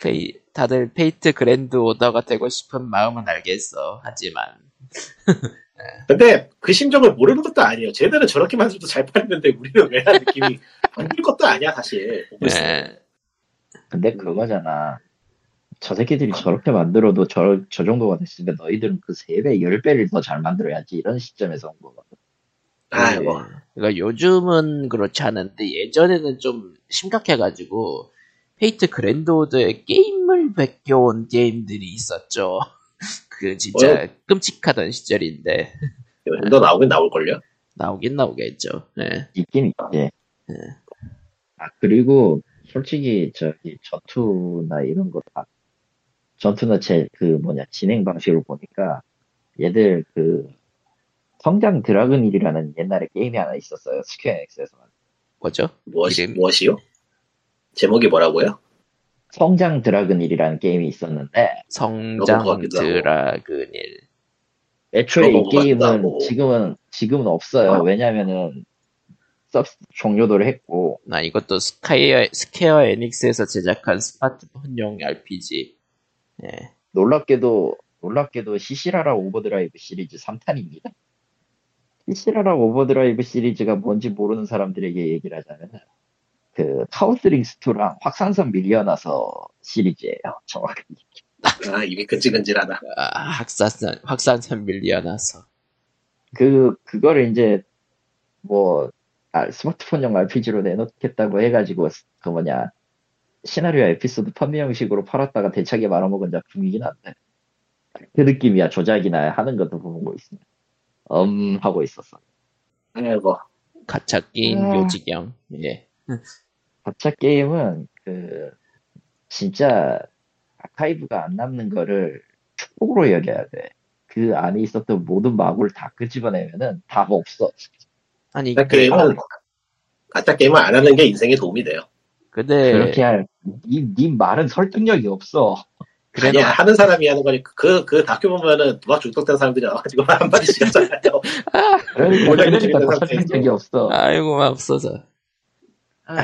Speaker 1: 페이, 다들 페이트 그랜드 오더가 되고 싶은 마음은 알겠어. 하지만
Speaker 4: 근데 그 심정을 모르는 것도 아니에요. 쟤들은 저렇게 만들어도 잘 팔리는데 우리는 왜 하는 느낌이 안들 것도 아니야 사실. 보고 있으면.
Speaker 1: 예.
Speaker 2: 근데 그거잖아 저 새끼들이 저렇게 만들어도 저, 저 정도가 됐으면 너희들은 그 3배 10배를 더 잘 만들어야지 이런 시점에서 온 거거든
Speaker 4: 아, 뭐.
Speaker 1: 그러니까 요즘은 그렇지 않은데 예전에는 좀 심각해가지고 페이트 그랜드 오더의 게임을 베껴온 게임들이 있었죠. 그 진짜 끔찍하던 시절인데
Speaker 4: 요즘 더 나오긴 나올 걸요.
Speaker 1: 나오긴 나오겠죠. 예.
Speaker 2: 있긴 있지. 아, 그리고 솔직히 저기 전투나 이런 거 다, 전투나 제 그 뭐냐, 진행 방식을 보니까 얘들 그 성장 드라그닐이라는 옛날에 게임이 하나 있었어요. 스퀘어엑스에서.
Speaker 1: 뭐죠?
Speaker 4: 무엇이
Speaker 1: 이름?
Speaker 4: 무엇이요? 제목이 뭐라고요?
Speaker 2: 성장 드라그닐이라는 게임이 있었는데
Speaker 1: 성장
Speaker 4: 로봇 같기도
Speaker 2: 뭐
Speaker 4: 하고.
Speaker 1: 드라그닐.
Speaker 2: 애초에 이
Speaker 4: 그런 거 같기도
Speaker 2: 게임은
Speaker 4: 하고.
Speaker 2: 지금은, 지금은 없어요. 왜냐면은 서비스 종료도를 했고
Speaker 1: 나 아, 이것도 스카이어, 스퀘어 에닉스에서 제작한 스마트폰용 RPG. 예.
Speaker 2: 놀랍게도 놀랍게도 시시라라 오버드라이브 시리즈 3탄입니다. 시시라라 오버드라이브 시리즈가 뭔지 모르는 사람들에게 얘기를 하자면 그 카우스링스토랑 확산선 밀려나서 시리즈예요. 정확히
Speaker 4: 아, 입이 근질근질하다.
Speaker 1: 아, 확산선, 확산선 밀려나서.
Speaker 2: 그 그거를 이제 뭐 아, 스마트폰용 RPG로 내놓겠다고 해가지고 그 뭐냐 시나리오 에피소드 판매 형식으로 팔았다가 대차게 말아먹은 작품이긴 한데 그 느낌이야 조작이나 하는 것도 보고 있습니다. 음 하고 있었어.
Speaker 4: 아이고.
Speaker 1: 가차 게임
Speaker 2: 아.
Speaker 1: 요지경. 예.
Speaker 2: 가차 게임은 그 진짜 아카이브가 안 남는 거를 축복으로 여겨야 돼. 그 안에 있었던 모든 마구를 다 끄집어내면은 답 없어.
Speaker 1: 아니,
Speaker 2: 네,
Speaker 4: 가짜 게임은, 가짜 게임을 뭐, 안 하는 게 인생에 도움이 돼요.
Speaker 1: 근데,
Speaker 2: 그렇게 할, 니, 니 말은 설득력이 없어.
Speaker 1: 그래도,
Speaker 4: 아니야, 하는 사람이 하는 거니, 그, 그 다큐 보면은 누가 중독된 사람들이 나와가지고 한마디씩 하잖아요.
Speaker 2: 그러니까,
Speaker 4: 원래
Speaker 2: 그러니까
Speaker 4: 그런
Speaker 2: 다
Speaker 4: 상태에서.
Speaker 2: 설득력이 없어.
Speaker 1: 아이고, 막 없어서.
Speaker 2: 아.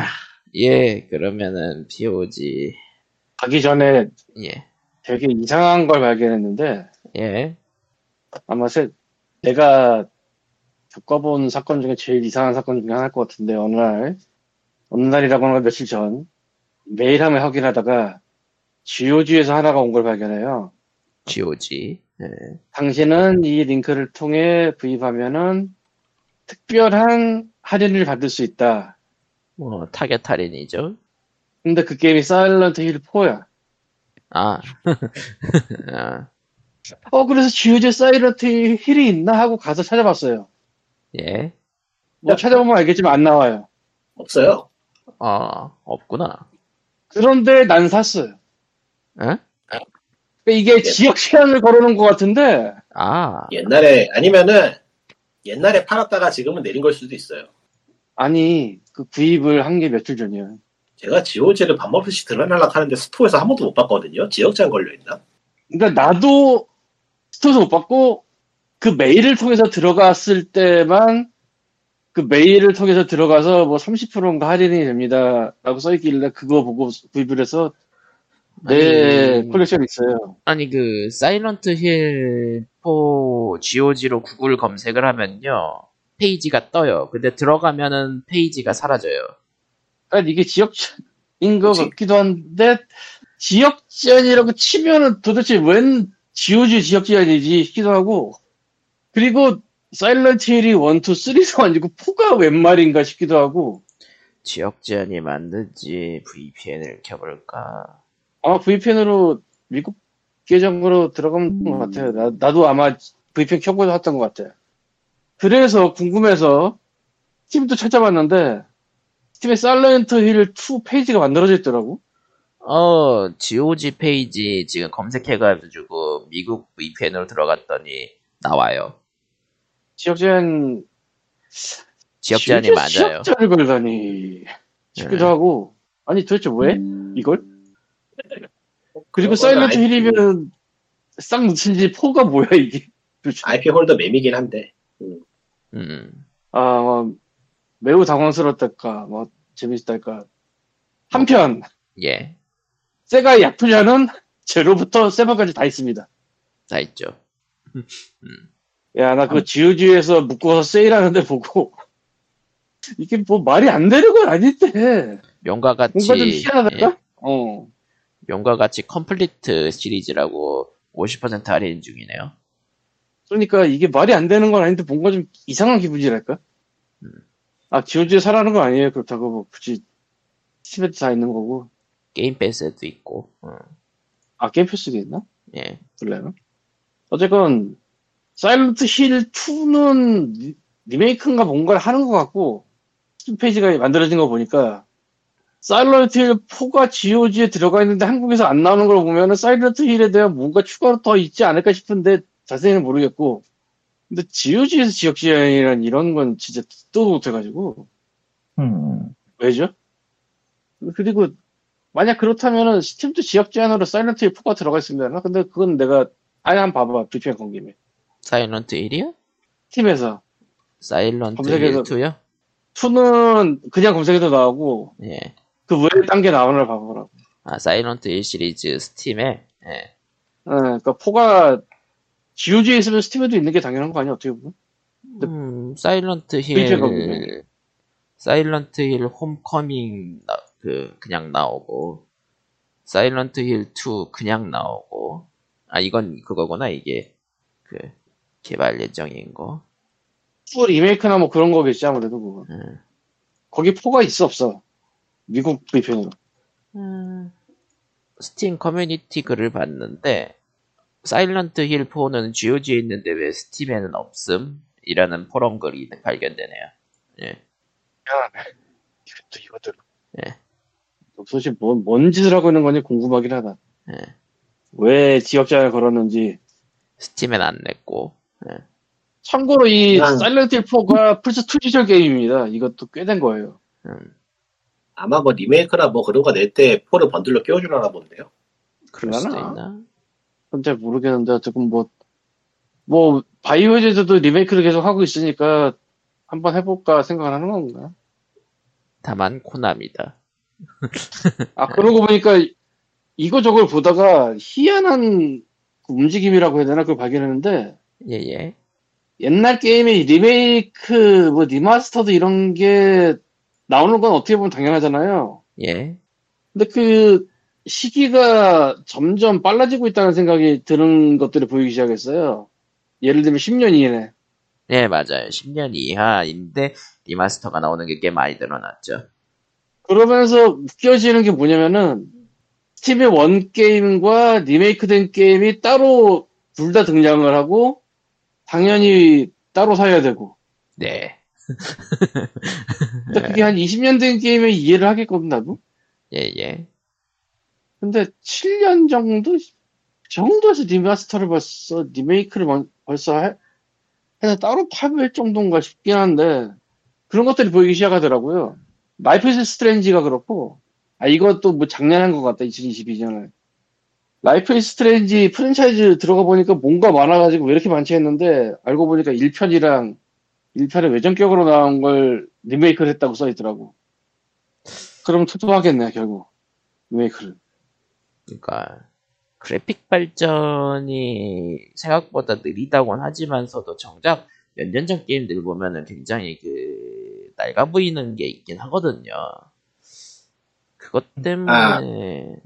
Speaker 1: 예, 그러면은, POG.
Speaker 3: 가기 전에
Speaker 1: 예,
Speaker 3: 되게 이상한 걸 발견했는데
Speaker 1: 예.
Speaker 3: 아마 세, 내가 겪어본 사건 중에 제일 이상한 사건 중에 하나일 것 같은데 어느 날 어느 날이라고 하는 건 며칠 전 메일 함을 확인하다가 GOG에서 하나가 온 걸 발견해요.
Speaker 1: GOG. 예.
Speaker 3: 당신은 이 링크를 통해 구입하면은 특별한 할인을 받을 수 있다.
Speaker 1: 뭐, 타겟 할인이죠.
Speaker 3: 근데 그 게임이 사일런트 힐 4야.
Speaker 1: 아. 아,
Speaker 3: 어 그래서 GOG 사일런트 힐이 있나 하고 가서 찾아봤어요.
Speaker 1: 예.
Speaker 3: 뭐 찾아보면 알겠지만 안 나와요.
Speaker 4: 없어요.
Speaker 1: 아, 없구나.
Speaker 3: 그런데 난 샀어요.
Speaker 1: 응?
Speaker 3: 그러니까 이게 지역 시간을 걸어놓은 것 같은데
Speaker 1: 아,
Speaker 4: 옛날에, 아니면은, 옛날에 팔았다가 지금은 내린 걸 수도 있어요.
Speaker 3: 아니 그 구입을 한 게 며칠 전이야.
Speaker 4: 제가 GOG를 밥 먹듯이 드러나려고 하는데 스토어에서 한 번도 못 봤거든요. 지역장 걸려있나?
Speaker 3: 그러니까 나도 스토어에서 못 받고 그 메일을 통해서 들어갔을 때만 그 메일을 통해서 들어가서 뭐 30%인가 할인이 됩니다라고 써있길래 그거 보고 구입을 해서 내
Speaker 4: 음.
Speaker 1: 아니.
Speaker 3: 컬렉션 있어요.
Speaker 1: 아니 그 사일런트 힐 4 GOG로 구글 검색을 하면요 페이지가 떠요. 근데 들어가면은 페이지가 사라져요.
Speaker 3: 그러니까 이게 지역전인 것
Speaker 4: 그치.
Speaker 3: 같기도 한데 지역전이라고 치면은 도대체 웬 지오지 지역전이지 싶기도 하고 그리고 사일런트 힐이 1, 2, 3도 아니고 4가 웬 말인가 싶기도 하고
Speaker 1: 지역 제한이 맞는지 VPN을 켜볼까?
Speaker 3: 아마 VPN으로 미국 계정으로 들어간 것 같아요. 나, 나도 아마 VPN 켜고 왔던 것 같아요. 그래서 궁금해서 스팀도 찾아봤는데 스팀에 사일런트 힐 2 페이지가 만들어져 있더라고.
Speaker 1: 어 GOG 페이지 지금 검색해가지고 미국 VPN으로 들어갔더니 나와요.
Speaker 3: 지역제한
Speaker 1: 지역 제한이 맞아요.
Speaker 3: 시작자를 걸다니
Speaker 1: 네.
Speaker 3: 싶기도 하고 아니 도대체 왜 이걸?
Speaker 4: 그거는
Speaker 3: 그리고 사일런트
Speaker 4: IP
Speaker 3: 힐이면 싹 묻힌지 포가 뭐야 이게 도대체.
Speaker 4: IP 홀더 맴이긴 한데.
Speaker 1: 음.
Speaker 3: 아 뭐, 매우 당황스럽달까 뭐 재밌달까 한편
Speaker 1: 예,
Speaker 3: 세가 야쿠자는 제로부터 세바까지 다 있습니다
Speaker 1: 다 있죠.
Speaker 3: 야 나 그거 지우지에서 묶어서 세일하는데 보고 이게 뭐 말이 안 되는 건 아닌데
Speaker 1: 명과 같이
Speaker 3: 뭔가 좀
Speaker 1: 예,
Speaker 3: 희한하달까? 어
Speaker 1: 명과 같이 컴플리트 시리즈라고 50% 할인 중이네요.
Speaker 3: 그러니까 이게 말이 안 되는 건 아닌데 뭔가 좀 이상한 기분이랄까?
Speaker 1: 음.
Speaker 3: 아, 지오지에 사라는 건 아니에요. 그렇다고 뭐 굳이 스팀에도 다 있는 거고.
Speaker 1: 게임 패스도 있고. 음.
Speaker 3: 아, 게임 패스도 있나?
Speaker 1: 예.
Speaker 3: 원래는? 어쨌건, 사일런트 힐 2는 리메이크인가 뭔가를 하는 것 같고, 스팀 페이지가 만들어진 거 보니까, 사일런트 힐 4가 GOG에 들어가 있는데 한국에서 안 나오는 걸 보면은 사일런트 힐에 대한 뭔가 추가로 더 있지 않을까 싶은데 자세히는 모르겠고, 근데 GOG에서 지역 지원이란 이런 건 진짜 듣도 못해가지고,
Speaker 2: 음.
Speaker 3: 왜죠? 그리고 만약 그렇다면은 스팀도 지역 제한으로 사일런트 힐 4가 들어가 있습니다. 근데 그건 내가 아예 한 번 봐봐 VPN 건 김에
Speaker 1: 사일런트 1이요?
Speaker 3: 팀에서
Speaker 1: 사일런트
Speaker 3: 검색해서-
Speaker 1: 1투요?
Speaker 3: 2는 그냥 검색해도 나오고
Speaker 1: 예.
Speaker 3: 그 외에 딴 게 나오는 걸 봐보라고.
Speaker 1: 아, 사일런트 1 시리즈 스팀에 예.
Speaker 3: 예, 그러니까 포가 GOG에 있으면 스팀에도 있는 게 당연한 거 아니야 어떻게 보면?
Speaker 1: 음, 사일런트
Speaker 3: 의제가 뭐예요?
Speaker 1: 힐, 사일런트 힐 홈커밍, 나, 그, 그냥 나오고, 사일런트 힐 2 그냥 나오고, 아, 이건 그거구나, 이게. 그, 개발 예정인 거.
Speaker 3: 풀 리메이크나 뭐 그런 거겠지 아무래도 그건.
Speaker 1: 음.
Speaker 3: 거기 포가 있어 없어? 미국 브리핑으로.
Speaker 1: 음. 스팀 커뮤니티 글을 봤는데, 사일런트 힐 4는 GOG에 있는데 왜 스팀에는 없음? 이라는 포럼 글이 발견되네요. 예.
Speaker 3: 이것도 이것도.
Speaker 1: 예.
Speaker 3: 도대체 뭔, 뭔 짓을 하고 있는 건지 궁금하긴 하다.
Speaker 1: 예.
Speaker 3: 왜 지역장을 걸었는지.
Speaker 1: 스팀엔 안 냈고, 예.
Speaker 3: 참고로 이
Speaker 4: 아.
Speaker 3: 사일런트 4가 플스 2 시절 게임입니다. 이것도 꽤 된 거예요.
Speaker 1: 음,
Speaker 4: 아마 뭐 리메이크나 뭐 그런 거 낼 때 포를 번들로 끼워주려나 본데요.
Speaker 1: 그럴 수도
Speaker 3: 그러나?
Speaker 1: 있나?
Speaker 3: 그건 잘 모르겠는데 어쨌든 뭐, 뭐 바이오에즈도 리메이크를 계속 하고 있으니까 한번 해볼까 생각을 하는 건가?
Speaker 1: 다만 코나미다.
Speaker 3: 아 그러고 보니까 이거 저걸 보다가 희한한 그 움직임이라고 해야 되나 그걸 발견했는데
Speaker 1: 예예.
Speaker 3: 옛날 게임의 리메이크, 뭐 리마스터드 이런 게 나오는 건 어떻게 보면 당연하잖아요.
Speaker 1: 예.
Speaker 3: 근데 그 시기가 점점 빨라지고 있다는 생각이 드는 것들이 보이기 시작했어요. 예를 들면 10년 이내네.
Speaker 1: 예, 맞아요. 10년 이하인데 리마스터가 나오는 게 꽤 많이 늘어났죠.
Speaker 3: 그러면서 웃겨지는 게 뭐냐면은 스팀의 원 게임과 리메이크된 게임이 따로 둘 다 등장을 하고 당연히 따로 사야 되고.
Speaker 1: 네.
Speaker 3: 근데 그게 한 20년 된 게임에 이해를 하겠거든 나도.
Speaker 1: 예예.
Speaker 3: 근데 7년 정도 정도에서 리마스터를 벌써 리메이크를 먼- 벌써 해, 해서 따로 팔을 정도인가 싶긴 한데 그런 것들이 보이기 시작하더라고요. 라이프 이즈 스트레인지가 그렇고 아 이것도 뭐 작년한 것 같다 2022년에 라이프 이즈 스트레인지 프랜차이즈 들어가 보니까 뭔가 많아가지고 왜 이렇게 많지 했는데 알고 보니까 1편이랑 1편의 외전격으로 나온 걸 리메이크를 했다고 써있더라고. 그럼 투도하겠네 결국 리메이크를.
Speaker 1: 그러니까 그래픽 발전이 생각보다 느리다곤 하지만서도 정작 몇 년 전 게임들 보면은 굉장히 그 낡아 보이는 게 있긴 하거든요. 그것 때문에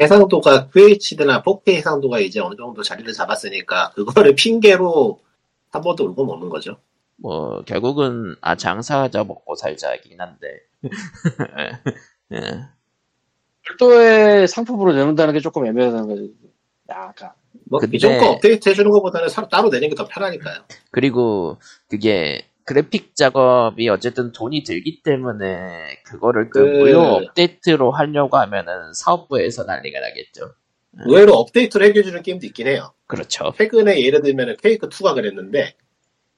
Speaker 4: 해상도가 QHD나 4K 해상도가 이제 어느 정도 자리를 잡았으니까 그거를 핑계로 한 번 더 울고 먹는 거죠.
Speaker 1: 뭐 결국은 아 장사하자 먹고 살자긴 한데. 예.
Speaker 3: 별도의 상품으로 내놓는다는 게 조금 애매하다는 거지. 약간.
Speaker 4: 뭐
Speaker 1: 근데-
Speaker 4: 기존 거 업데이트 해주는 것보다는 사- 따로 내는 게 더 편하니까요.
Speaker 1: 그리고 그게 그래픽 작업이 어쨌든 돈이 들기 때문에 그거를 그
Speaker 4: 그-
Speaker 1: 무료 업데이트로 하려고 하면은 사업부에서 난리가 나겠죠.
Speaker 4: 의외로 업데이트를 해결해주는 게임도 있긴 해요.
Speaker 1: 그렇죠.
Speaker 4: 최근에 예를 들면 케이크 2가 그랬는데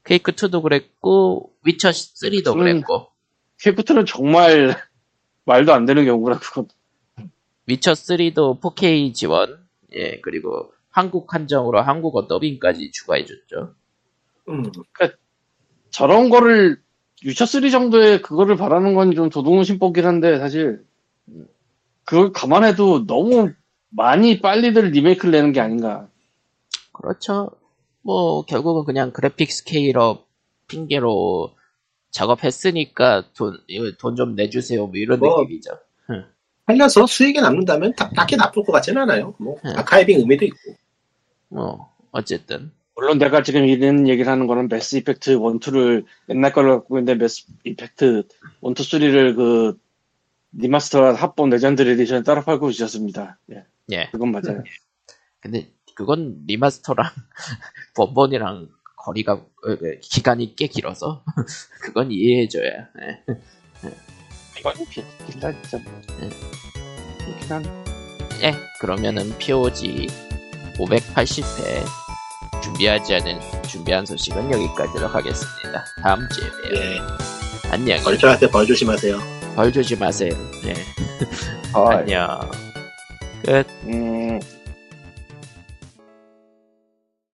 Speaker 1: 케이크 2도 그랬고 위쳐 3도
Speaker 3: 저는-
Speaker 1: 그랬고
Speaker 3: 퀘프트는 정말 말도 안 되는 경우라 그건.
Speaker 1: 위쳐 3도 4K 지원 예 그리고 한국 한정으로 한국어 더빙까지 추가해줬죠.
Speaker 4: 음,
Speaker 3: 저런 거를 유쳐 3 정도의 그거를 바라는 건 좀 도둑신법긴 한데 사실 음, 그걸 감안해도 너무 많이 빨리들 리메이크를 내는 게 아닌가.
Speaker 1: 그렇죠. 뭐 결국은 그냥 그래픽 스케일업 핑계로 작업했으니까 돈 돈 좀 내주세요 뭐 이런
Speaker 4: 뭐,
Speaker 1: 느낌이죠.
Speaker 4: 팔려서 수익이 남는다면 다- 딱히 나쁠 것 같지는 않아요. 뭐
Speaker 1: 네.
Speaker 4: 아카이빙 의미도 있고
Speaker 1: 뭐 어쨌든
Speaker 3: 물론 내가 지금 이런 얘기를 하는 거는 매스 이펙트 1, 2를 옛날 걸로 갖고 있는데 매스 이펙트 1, 2, 3를 그 리마스터한 합본 레전드 에디션 따로 팔고 있었습니다. 예,
Speaker 1: 예
Speaker 3: 그건 맞아요.
Speaker 1: 근데 그건 리마스터랑 번번이랑 거리가 어, 그 기간이 꽤 길어서 그건 이해해줘야 예.
Speaker 3: 이건 빌라 진짜
Speaker 1: 응.
Speaker 3: 그렇긴 한
Speaker 1: 예 그러면은 POG 580회 준비하지 않은 준비한 소식은 여기까지로 하겠습니다 다음 주에 봬요
Speaker 4: 예,
Speaker 1: 안녕히
Speaker 4: 걸쳐한테 벌 조심하세요.
Speaker 1: 벌 조심하세요 예
Speaker 3: 아,
Speaker 1: 안녕
Speaker 3: 음.